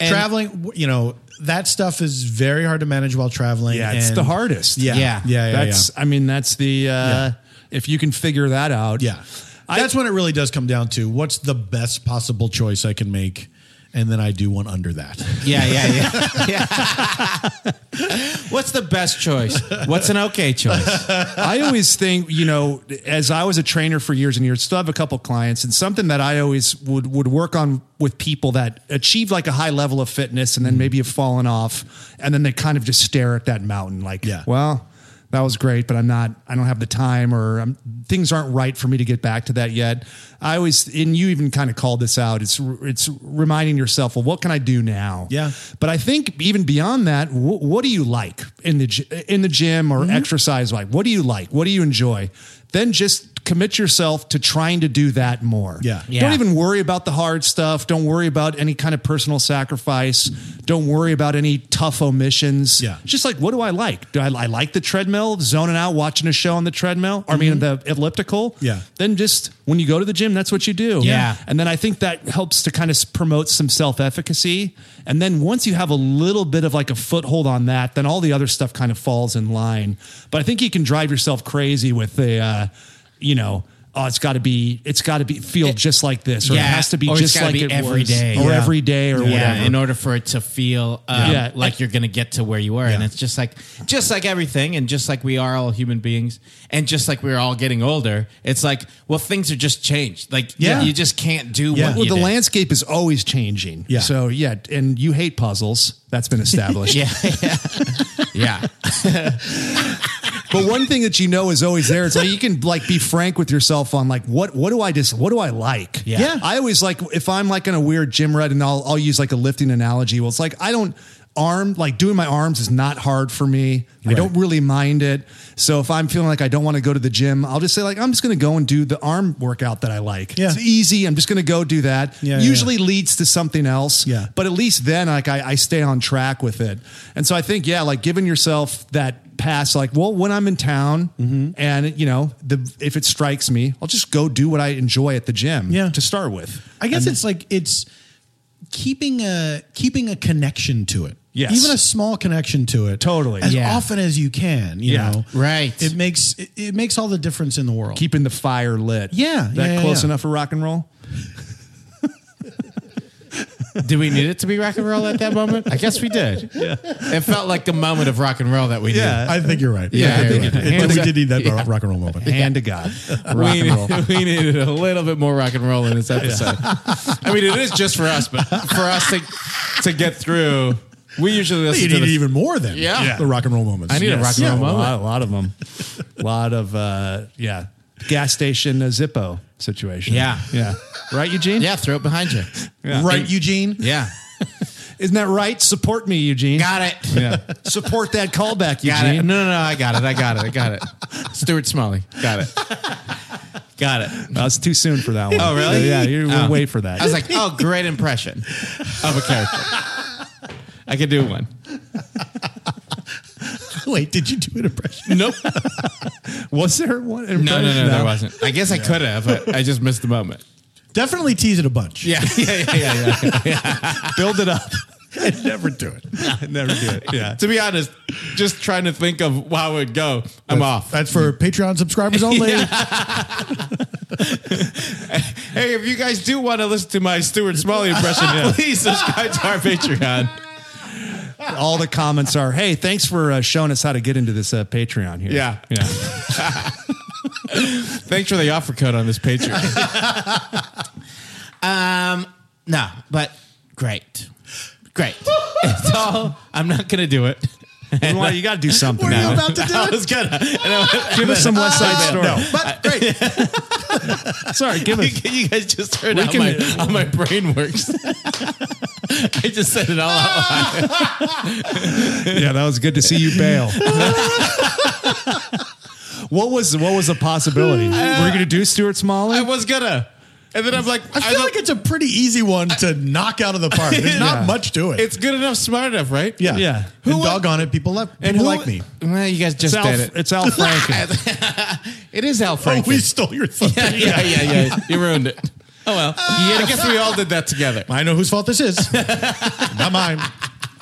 B: And-
D: traveling, w- you know, that stuff is very hard to manage while traveling.
E: Yeah, it's
D: and-
E: the hardest.
D: Yeah.
B: Yeah.
D: Yeah. Yeah. yeah,
E: that's I mean, that's the uh if you can figure that out.
D: yeah.
E: I-
D: that's when it really does come down to what's the best possible choice I can make. And then I do one under that.
B: Yeah, yeah, yeah. What's the best choice? What's an okay choice?
E: I always think, you know, as I was a trainer for years and years, still have a couple clients, and something that I always would would work on with people that achieve like a high level of
D: Mm-hmm.
E: fitness and then maybe have fallen off, and then they kind of just stare at that mountain, like,
D: Yeah.
E: well, that was great, but I'm not, I don't have the time or um things aren't right for me to get back to that yet. I always, and you even kind of called this out. It's, it's reminding yourself, well, what can I do now?
D: Yeah.
E: But I think even beyond that, wh- what do you like in the, gy- in the gym
D: Mm-hmm.
E: or exercise? Like, what do you like? What do you enjoy? Then just commit yourself to trying to do that more.
D: Yeah.
E: Don't even worry about the hard stuff. Don't worry about any kind of personal sacrifice. Don't worry about any tough omissions.
D: Yeah.
E: Just like, what do I like? Do I, I like the treadmill, zoning out, watching a show on the treadmill? Or I
D: Mm-hmm.
E: mean, the elliptical?
D: Yeah.
E: Then just when you go to the gym, that's what you do.
B: Yeah.
E: And then I think that helps to kind of s- promote some self efficacy. And then once you have a little bit of like a foothold on that, then all the other stuff kind of falls in line. But I think you can drive yourself crazy with the, uh, you know, oh, it's got to be, it's got to be feel just like this, or it
B: Yeah,
E: has to be
B: or it's
E: just
B: gotta
E: like
B: be
E: it
B: every
E: was,
B: day.
E: or
B: Yeah.
E: every day, or
B: yeah,
E: whatever.
B: in order for it to feel um,
E: Yeah.
B: like you're going to get to where you were, and it's just like just like everything, and just like we are all human beings, and just like we're all getting older, it's like well, things are just changed. Like
D: Yeah.
B: you just can't do
D: Yeah.
B: what
E: Well,
B: you
E: the
B: did.
E: landscape is always changing.
D: Yeah.
E: So yeah, and you hate puzzles. That's been established.
B: Yeah, yeah, yeah.
E: But one thing that you know is always there. It's like you can like be frank with yourself on like what what do I just what do I like?
B: Yeah. Yeah.
E: I always like if I'm like in a weird gym red and I'll I'll use like a lifting analogy. Well, it's like I don't arm like doing my arms is not hard for me. I don't really mind it. So if I'm feeling like I don't want to go to the gym, I'll just say like I'm just going to go and do the arm workout that I like.
D: Yeah.
E: It's easy. I'm just going to go do that.
D: Yeah, yeah,
E: Usually leads to something else.
D: Yeah.
E: But at least then, like I, I stay on track with it. And so I think, yeah, like giving yourself that pass, like, well, when I'm in town, and you know, the if it strikes me, I'll just go do what I enjoy at the gym.
D: Yeah.
E: To start with,
D: I guess it's like it's keeping a keeping a connection to it.
E: Yes.
D: Even a small connection to it.
E: Totally.
D: As
E: Yeah.
D: often as you can, you
E: Yeah.
D: know.
B: Right.
D: It makes it, it makes all the difference in the world.
E: keeping the fire lit.
D: Yeah,
E: That
D: yeah, yeah,
E: close
D: yeah.
E: enough for rock and roll.
B: Did we need it to be rock and roll at that moment? I guess we did. Yeah. It felt like the moment of rock and roll that we needed.
D: I think you're right.
B: Yeah,
D: I
B: I
D: think
B: think
D: you're
B: it-
D: right. But we
B: Yeah.
D: did need that rock and roll moment.
E: Hand to God. Rock
B: we,
E: and roll.
B: we needed a little bit more rock and roll in this episode. I mean, it is just for us, but for us to to get through, we usually
D: You
B: listen to
D: needed
B: the
D: even more than
B: Yeah. Yeah.
D: the rock and roll moments.
B: I need a rock and
E: Yeah,
B: roll
E: a
B: moment.
E: lot, a lot of them. a lot of uh, yeah, gas station uh, Zippo situation.
B: Yeah.
E: yeah, right, Eugene.
B: Yeah, throw it behind you.
D: Right, Eugene?
B: Yeah,
E: Isn't that right? Support me, Eugene.
B: got it.
E: Yeah. Support that
B: Got
E: callback,
B: it.
E: Eugene.
B: No, no, no. I got it. I got it. I got it. Stuart Smalley. Got it. Got it.
E: No, it's too soon for that one.
B: Oh, really?
E: Yeah, you
B: Oh.
E: wait for that.
B: I was like, oh, great impression of a character. I could do one.
D: Wait, did you do an impression?
B: Nope.
E: was there one? in
B: No, no,
E: front of-
B: no, there wasn't. I guess I could have, but I just missed the moment.
D: Definitely tease it a bunch.
B: Yeah, yeah, yeah, yeah. yeah.
E: Build it up.
D: Never do it.
E: Never do it. Yeah.
B: to be honest, just trying to think of how it would go, I'm off.
D: That's for Patreon subscribers only.
B: Hey, if you guys do want to listen to my Stuart Smalley impression, please subscribe to our Patreon.
E: All the comments are, hey, thanks for uh, showing us how to get into this uh, Patreon here.
B: Yeah. Yeah. Thanks for the offer code on this Patreon. um, no, but great. Great. It's all, I'm not going to do it.
E: Well, you got to do something. Oh,
D: Were you about to do
B: I
D: it?
B: was gonna. And I,
E: Give us some West Side Story.
D: No, but great.
E: Sorry, give us.
B: you guys just heard how,
E: can-
B: my, how my brain works. I just said it all out loud.
E: yeah, that was good to see you bail. what was what was a possibility? Were you going to do Stuart Smalley?
B: I was gonna. And then I'm like,
D: I feel
B: don't-
D: like it's a pretty easy one to knock out of the park. There's not
E: Yeah.
D: much to it.
B: it's good enough, smart enough, right?
D: yeah.
E: Yeah.
D: And
B: Who-
D: doggone it, people love people
B: who-
D: like me.
B: Well, you guys just
E: it's,
B: did
E: Al,
B: it.
E: it's Al Franken.
B: It is Al Franken.
D: Oh, we stole your
B: yeah,
D: thunder.
B: yeah, yeah, yeah. You ruined it. Oh well. I guess we all did that together.
D: I know whose fault this is. not mine.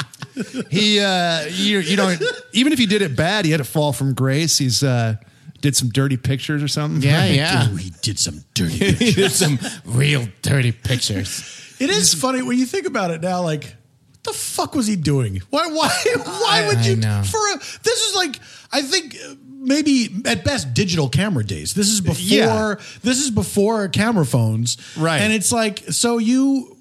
E: he uh you, you don't even if he did it bad he had to fall from grace he's uh did some dirty pictures or something
D: Oh,
B: Yeah, yeah.
D: Ooh, he did some dirty.
B: He did some real dirty pictures.
D: it is funny when you think about it now. Like, what the fuck was he doing? Why? Why? Why
B: I-
D: would
B: I
D: you?
B: know.
D: For a, this is like, I think uh, maybe at best digital camera days. This is before.
E: Yeah.
D: This is before camera phones.
E: Right.
D: And it's like, so you,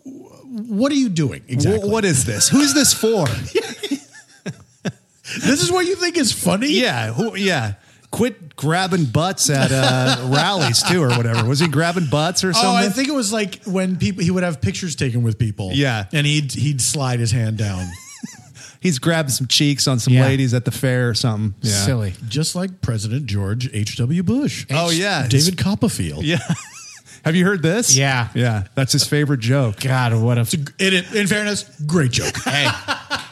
D: what are you doing
E: Wh-
D: exactly?
E: what is this who's this for
D: This is what you think is funny?
E: Yeah, who, yeah. Quit grabbing butts at uh, rallies too, or whatever. Was he grabbing butts or
D: Oh,
E: something?
D: I think it was like when people he would have pictures taken with people.
E: Yeah.
D: and he'd he'd slide his hand down,
E: He's grabbing some cheeks on some
B: Yeah.
E: ladies at the fair or something. Yeah.
B: Silly.
D: just like President George H. W. Bush.
E: Oh, yeah.
D: David Copperfield.
E: Yeah. Have you heard this?
B: Yeah.
E: Yeah. That's his favorite joke.
B: God, what a
D: In, in fairness, great joke.
B: hey.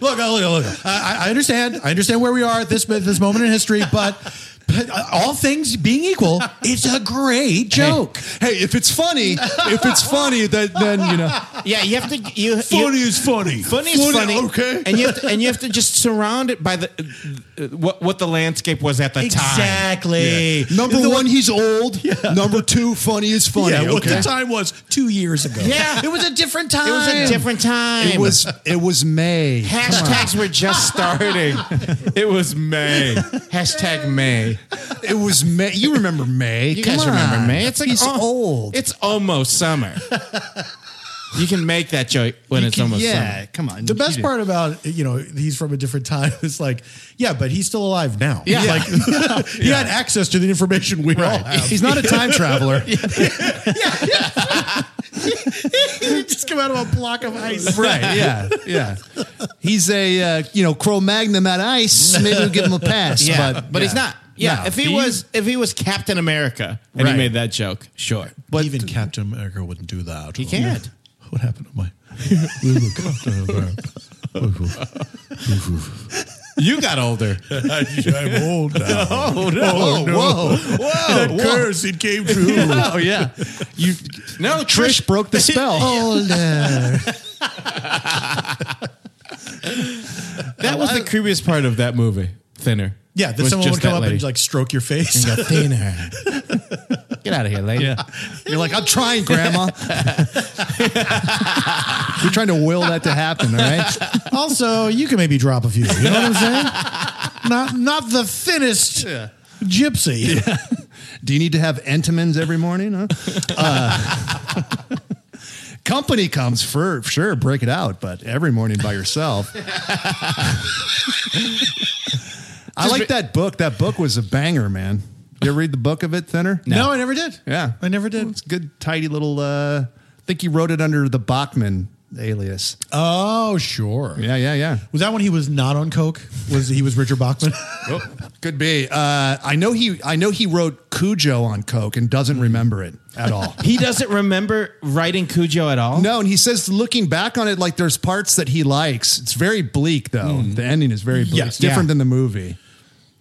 D: look, uh, look, look. I, I- I understand. I understand where we are at this at this moment in history, but, but uh, all things being equal, it's a great joke.
E: Hey, if it's funny, if it's funny, then, then you know.
B: Yeah, you have to. You
D: Funny
B: you,
D: is funny.
B: Funny is funny,
D: okay.
B: and you have to, and you have to just surround it by the uh, what what the landscape was at the time.
D: Exactly.
K: Number
D: The-
K: one, he's old. Number two, funny is funny.
D: Yeah, what
K: okay?
D: the time was two years ago.
B: Yeah.
D: it was a different time.
B: It was a different time.
E: It was it was May.
B: hashtags were just starting. it was May. Hashtag May.
E: It was May. You remember May?
B: You
E: Come
B: guys
E: on.
B: remember May? It's like uh-huh.
E: He's
B: al-
E: old.
B: It's almost summer. you can make that joke when it's almost
E: yeah,
B: summer.
E: come on.
D: The
E: You
D: best
E: did.
D: part about you know he's from a different time is like yeah, but he's still alive now.
B: Yeah.
D: like he had access to the information we all have.
E: He's not a time traveler.
D: He just come out of a block of ice.
E: right. Yeah. Yeah. He's a uh, you know Cro Magnum at ice. Maybe we'll give him a pass.
B: Yeah,
E: But
B: but, he's not. Yeah,
E: No.
B: if he was if he was Captain America and
E: Right.
B: he made that joke, sure.
D: But even Captain America wouldn't do that. He
B: can't.
D: What happened to my?
B: You got older.
D: I'm old now.
B: Oh no! Whoa! Whoa!
D: that curse it came true.
E: Oh yeah. You
B: No,
E: Trish, broke the spell.
B: That was the creepiest part of that movie. Thinner.
D: yeah, that
B: Was
D: someone
B: just
D: would come
B: that
D: up and
B: lady.
D: like stroke your face.
B: thinner. Get out of here, lady.
E: You're like, I'm trying, Grandma. You're trying to will that to happen, all right?
D: also, you can maybe drop a few. You know what I'm saying? not not the thinnest gypsy.
E: Do you need to have Entenmann's every morning? Huh? Uh, company comes for sure, break it out, but every morning by yourself. I like that book. That book was a banger, man. You ever read the book of it, Thinner?
D: No, I never did.
E: Yeah.
D: I never did.
E: It's a good, tidy little. Uh, I think he wrote it under the Bachman alias.
D: Oh, sure.
E: Yeah, yeah, yeah.
D: Was that when he was not on coke? Was he was Richard Bachman?
E: Oh, Could be. Uh, I know he. I know he wrote Cujo on coke and doesn't remember it at all.
B: He doesn't remember writing Cujo at all.
E: no, and he says looking back on it, like there's parts that he likes. It's very bleak though. The ending is very bleak.
D: Yeah.
E: it's different
D: Yeah.
E: than the movie.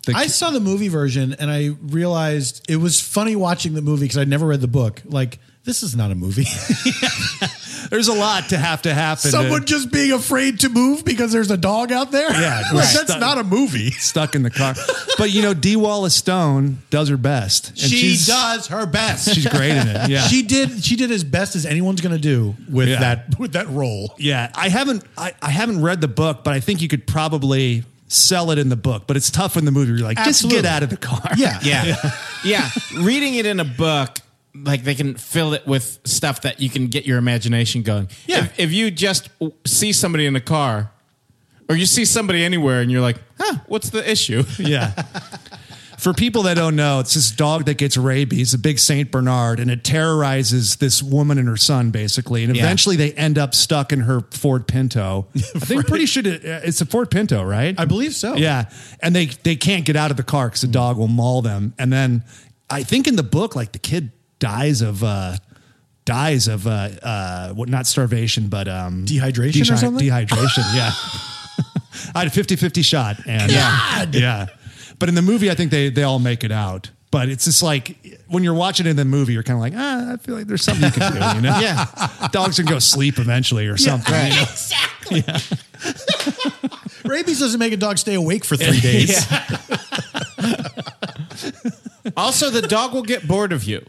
E: The-
D: I saw the movie version and I realized it was funny watching the movie because I'd never read the book. Like this is not a movie.
E: there's a lot to have to happen.
D: Someone
E: to-
D: just being afraid to move because there's a dog out there.
E: Yeah,
D: Like,
E: right.
D: that's not a movie.
E: stuck in the car, but you know, D. Wallace Stone does her best. And
D: She
E: she's-
D: does her best.
E: She's great in it. Yeah.
D: She did. She did as best as anyone's going to do with
E: Yeah.
D: that with that role.
E: Yeah, I haven't I, I haven't read the book, but I think you could probably sell it in the book. But it's tough in the movie. You're like,
D: Absolutely.
E: just get out of the car.
D: Yeah.
B: Yeah. yeah. Reading it in a book, like they can fill it with stuff that you can get your imagination going.
D: Yeah.
B: If, if you just w- see somebody in a car or you see somebody anywhere and you're like, huh, what's the issue?
E: yeah. For people that don't know, it's this dog that gets rabies, a big Saint Bernard, and it terrorizes this woman and her son, basically. And
B: Yeah.
E: eventually, they end up stuck in her Ford Pinto. I think pretty sure it- it's a Ford Pinto, right?
D: I believe so.
E: Yeah, and they they can't get out of the car because the
D: Mm.
E: dog will maul them. And then I think in the book, like the kid dies of uh dies of uh uh what not starvation but um
D: Dehydration or
E: dehy-
D: something?
E: Dehydration, yeah. I had a 50-50 shot and
D: God!
E: yeah. But in the movie, I think they they all make it out. But it's just like when you're watching it in the movie, you're kind of like, ah, I feel like there's something you can do, you know? yeah. Dogs can go sleep eventually or something. you know?
D: Rabies doesn't make a dog stay awake for three days.
B: also, the dog will get bored of you.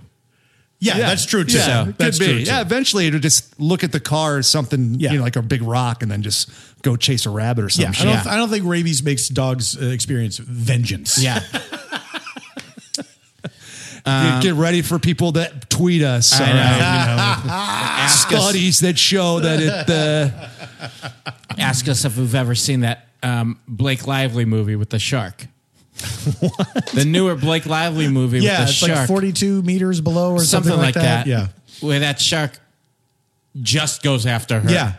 D: Yeah, that's true too.
E: Yeah, could
D: that's
E: be.
D: true. Too.
E: Yeah, eventually it'll just look at the car as something,
D: Yeah.
E: you know, like a big rock, and then just go chase a rabbit or
D: Yeah,
E: something.
D: I don't. I don't think rabies makes dogs uh, experience vengeance.
B: Yeah.
E: Get ready for people that
K: uh,
E: tweet us, all right, you know,
B: Ask us-
K: uh,
E: studies that show that it the
B: ask us if we've ever seen that um, Blake Lively movie with the shark. The newer Blake Lively movie
D: yeah,
B: with the
D: it's
B: shark.
D: like 42 meters below or something, like, that. Yeah.
B: Where that shark just goes after her.
D: Yeah.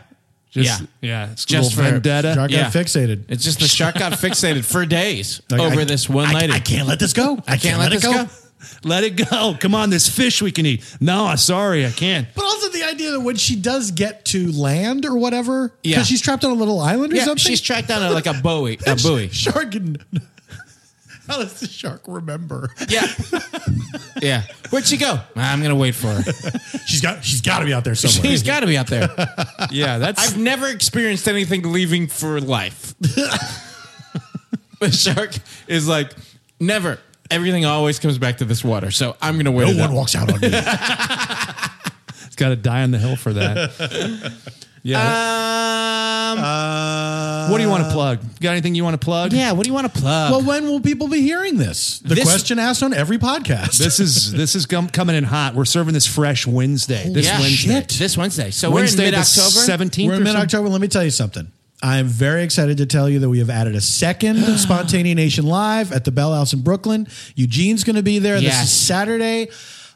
B: Just, yeah.
K: Yeah, it's
B: Just
K: just
B: for-
K: vendetta.
D: Shark
B: Yeah.
D: got fixated.
B: It's just the shark got fixated for days
D: Like,
B: over
D: I-
B: this one
D: I-
B: lady.
D: I, can't let this go. I,
B: can't let this go.
K: Let it go. Come on, this fish we can eat. No, I'm sorry, I can't.
D: But also the idea that when she does get to land or whatever, because
B: Yeah.
D: she's trapped on a little island or
B: Yeah,
D: something,
B: she's tracked down a, like a buoy. A buoy.
D: Shark. can- How does the shark remember?
B: Yeah. Yeah. Where'd she go? I'm going to wait for her.
D: She's got. She's got to be out there somewhere.
B: She's got to be out there.
K: Yeah, that's
B: I've never experienced anything leaving for life. the shark is like, never. Everything always comes back to this water. So I'm going to wait.
D: no
B: it out.
D: one walks out on me.
K: got to die on the hill for that. yeah.
B: Um,
D: Uh,
K: what do you want to plug? Got anything you want to plug?
B: yeah. What do you want to plug?
D: well, when will people be hearing this? The
B: This-
D: question asked on every podcast.
K: This is this is gum, coming in hot. We're serving this fresh Wednesday. This
B: Yeah.
K: Wednesday.
B: This Wednesday. So
K: Wednesday
B: we're in
K: the
B: mid October.
K: 17th
D: We're
K: or
D: in mid
K: something?
D: October. Let me tell you something. I'm very excited to tell you that we have added a second Spontanea Nation Live at the Bell House in Brooklyn. Eugene's going to be there. This
B: Yes.
D: is Saturday,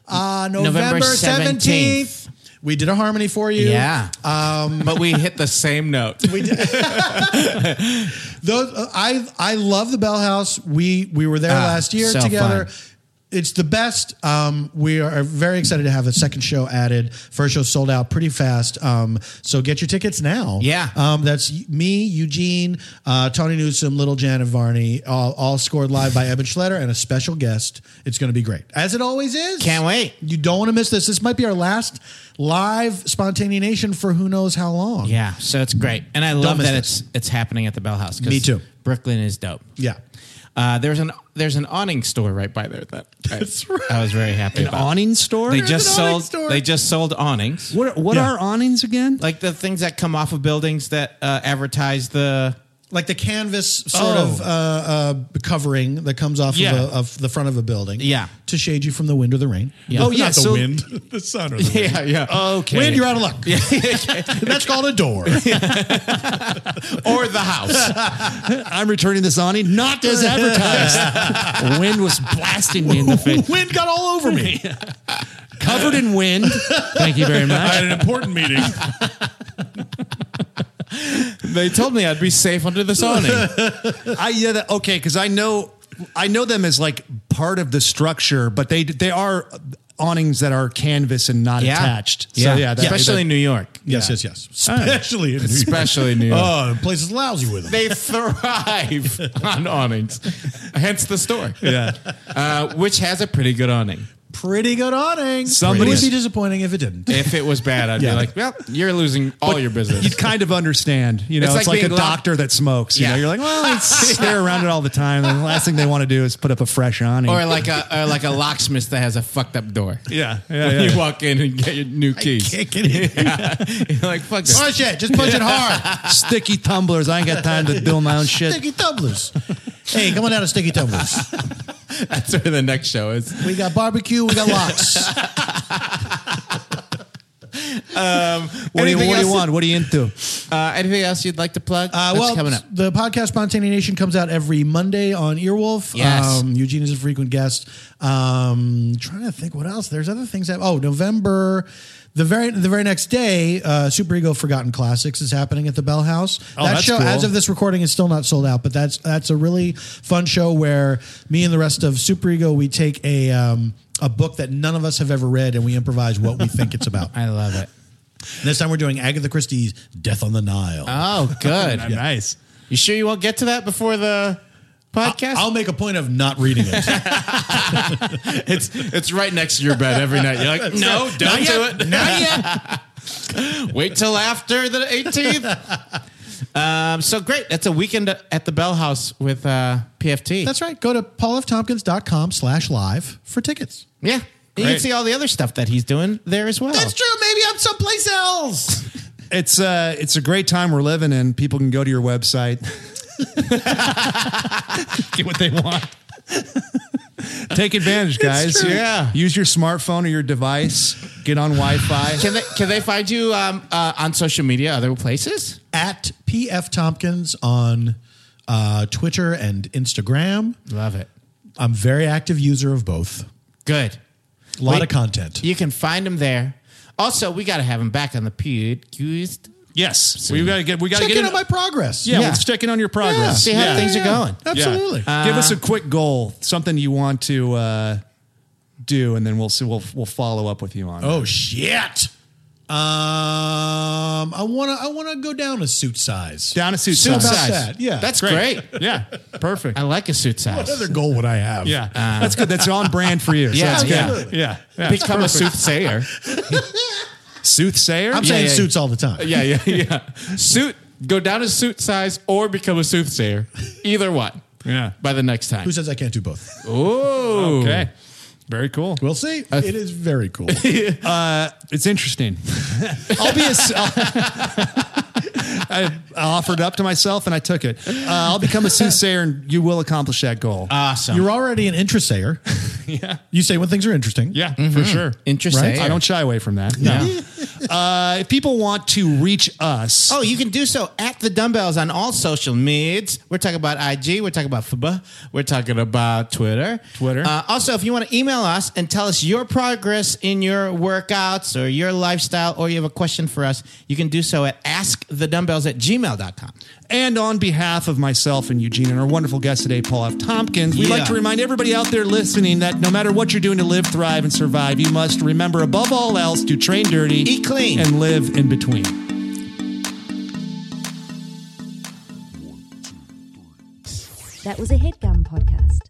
D: uh, November,
B: November
D: 17th.
B: 17th.
D: We did a harmony for you.
B: Yeah. Um, but we hit the same note.
D: Those, uh, I, I love the Bell House. We, we were there
B: Ah,
D: last year
B: so
D: together.
B: fun.
D: It's the best. Um, we are very excited to have a second show added. First show sold out pretty fast. Um, so get your tickets now.
B: Yeah.
D: Um, that's me, Eugene, uh, Tony Newsom, Little Janet Varney, all, all scored live by Eben Schletter and a special guest. It's going to be great, as it always is.
B: Can't wait.
D: You don't want to miss this. This might be our last live Spontaneous Nation for who knows how long.
B: yeah. So it's great. And I love
D: miss
B: that
D: this.
B: it's it's happening at the Bell House. 'cause
D: Me too.
B: Brooklyn is dope.
D: Yeah.
B: Uh, there's an there's an awning store right by there that I,
D: That's right.
B: I was very happy
K: An
B: about.
K: awning store.
B: They
K: There's
B: just
K: an awning
B: sold
K: store.
B: they just sold awnings.
K: What what
D: Yeah.
K: are awnings again?
B: Like the things that come off of buildings that uh, advertise the
D: like the canvas sort
B: Oh.
D: of uh, uh, covering that comes off
B: Yeah.
D: of, a, of the front of a building.
B: Yeah.
D: To shade you from the wind or the rain.
B: Yeah.
K: Oh yeah,
C: Not the
K: so
C: wind, the sun, or the wind.
B: yeah yeah
K: okay.
D: Wind, you're out of luck. That's called a door.
K: Oh,
B: or the house.
K: I'm returning this awning, not as advertised. wind was blasting me in the face,
D: wind got all over me.
K: covered in wind. Thank you very
C: I had
K: much.
C: an important meeting.
B: they told me I'd be safe under this awning.
K: I yeah, that, okay, because I know I know them as like part of the structure, but they they are awnings that are canvas and not attached. So yeah, that,
B: especially New York.
D: Yes, yes, yes.
C: Especially in New York.
B: Especially New York.
D: Oh, the place is lousy with them.
B: They thrive on awnings, hence the store. Yeah, uh, which has a pretty good awning.
D: Pretty good awning.
K: Somebody-
D: it would be disappointing if it didn't.
B: If it was bad, I'd
D: Yeah.
B: be like, "Well, you're losing all your business."
K: You'd kind of understand, you know.
B: It's
K: It's,
B: like
K: like,
B: being
K: a
B: locked-
K: doctor that smokes. You
B: Yeah.
K: know, you're like, well, it's, they're around it all the time. And the last thing they want to do is put up a fresh awning.
B: or like a or like a locksmith that has a fucked up door.
K: yeah,
B: When
K: yeah, yeah.
B: You walk in and get your new keys.
D: Can't get in.
B: You're like, "Fuck this."
D: Punch it. Just punch it hard.
K: sticky tumblers. I ain't got time to do my own shit.
D: Sticky tumblers. Hey, come on down to Sticky Tumblers.
B: That's where the next show is.
D: We got barbecue. We got locks.
K: What do, you,
B: Anything
K: what do you
B: else?
K: want? What are you into?
B: Uh, anything else you'd like to plug?
D: Uh,
B: That's
D: well,
B: coming up.
D: the podcast Spontaneous Nation comes out every Monday on Earwolf.
B: Yes.
D: Um, Eugene is a frequent guest. Um, trying to think what else. There's other things that. Oh, November. The very the very next day, uh, Super Ego Forgotten Classics is happening at the Bell House.
B: Oh,
D: that
K: that's
D: show,
K: cool.
D: as of this recording, is still not sold out, but that's that's a really fun show where me and the rest of Super Ego we take a um, a book that none of us have ever read and we improvise what we think it's about.
B: I love it.
D: this time we're doing Agatha Christie's Death on the Nile.
B: Oh, good.
K: Nice.
B: You sure you won't get to that before the podcast?
D: I'll make a point of not reading it.
B: it's it's right next to your bed every night. You're like, no, don't do it. Not yet. Wait till after the 18th. Um, so great. That's a weekend at the Bell House with uh, PFT.
D: That's right. Go to paulftompkins.com slash live for tickets.
B: yeah. You can
K: Great.
B: see all the other stuff that he's doing there as well.
D: true. Maybe I'm someplace else.
K: It's uh, it's a great time we're living in. People can go to your website, get what they want. Take advantage, guys.
B: true. Yeah.
K: Use your smartphone or your device. Get on Wi-Fi.
B: Can they can they find you um, uh, on social media other places?
D: at PF Tompkins on uh, Twitter and Instagram.
B: Love it.
D: I'm very active user of both.
B: Good.
D: A lot
B: Wait,
D: of content.
B: You can find him there. Also, we got to have him back on the podcast.
E: Yes, we got to get. We got to
D: Check
E: get
D: in
E: it
D: on my progress.
E: Yeah,
B: Yeah.
E: let's check in on your progress.
B: See how things are going. Uh,
D: Absolutely.
E: Yeah. Give us a quick goal, something you want to uh, do, and then we'll see. We'll we'll follow up with you on.
D: Oh shit. Um, I wanna I wanna go down a suit size.
E: down a suit
D: How about
E: size.
D: that? Yeah.
B: That's great.
E: Yeah, perfect.
B: I like a suit size.
D: what other goal would I have?
E: Yeah, that's good. That's on brand for you. So
B: Yeah,
E: that's good.
B: yeah.
E: yeah, yeah.
B: Become a soothsayer.
E: Soothsayer.
D: I'm
E: Yeah,
D: saying
E: yeah,
D: suits all the time.
B: yeah, yeah, yeah. Suit. Go down to suit size or become a soothsayer. Either one.
E: Yeah.
B: By the next time.
D: Who says I can't do both?
B: Ooh.
E: Okay. Very cool.
D: We'll see. it is very cool.
E: It's interesting. I'll be a. s- I I offered up to myself and I took it. Uh, I'll become a soothsayer and you will accomplish that goal.
B: Awesome.
D: You're already an interessayer. yeah. You say when things are interesting.
E: yeah, for sure.
B: Mm-hmm. Interesting.
E: I don't shy away from that. No. uh, if people want to reach us,
B: Oh, you can do so at the dumbbells on all social meds. We're talking about IG. We're talking about FBA. We're talking about Twitter.
E: Twitter.
B: Uh, also, if you want to email us and tell us your progress in your workouts or your lifestyle, or you have a question for us, you can do so at askthedumbbells at gmail.com.
E: and on behalf of myself and Eugene and our wonderful guest today, Paul F. Tompkins, we'd like
B: Yeah.
E: to remind everybody out there listening that no matter what you're doing to live, thrive, and survive, you must remember above all else to train dirty,
B: Eat clean.
E: and live in between.
A: That was a headgum podcast.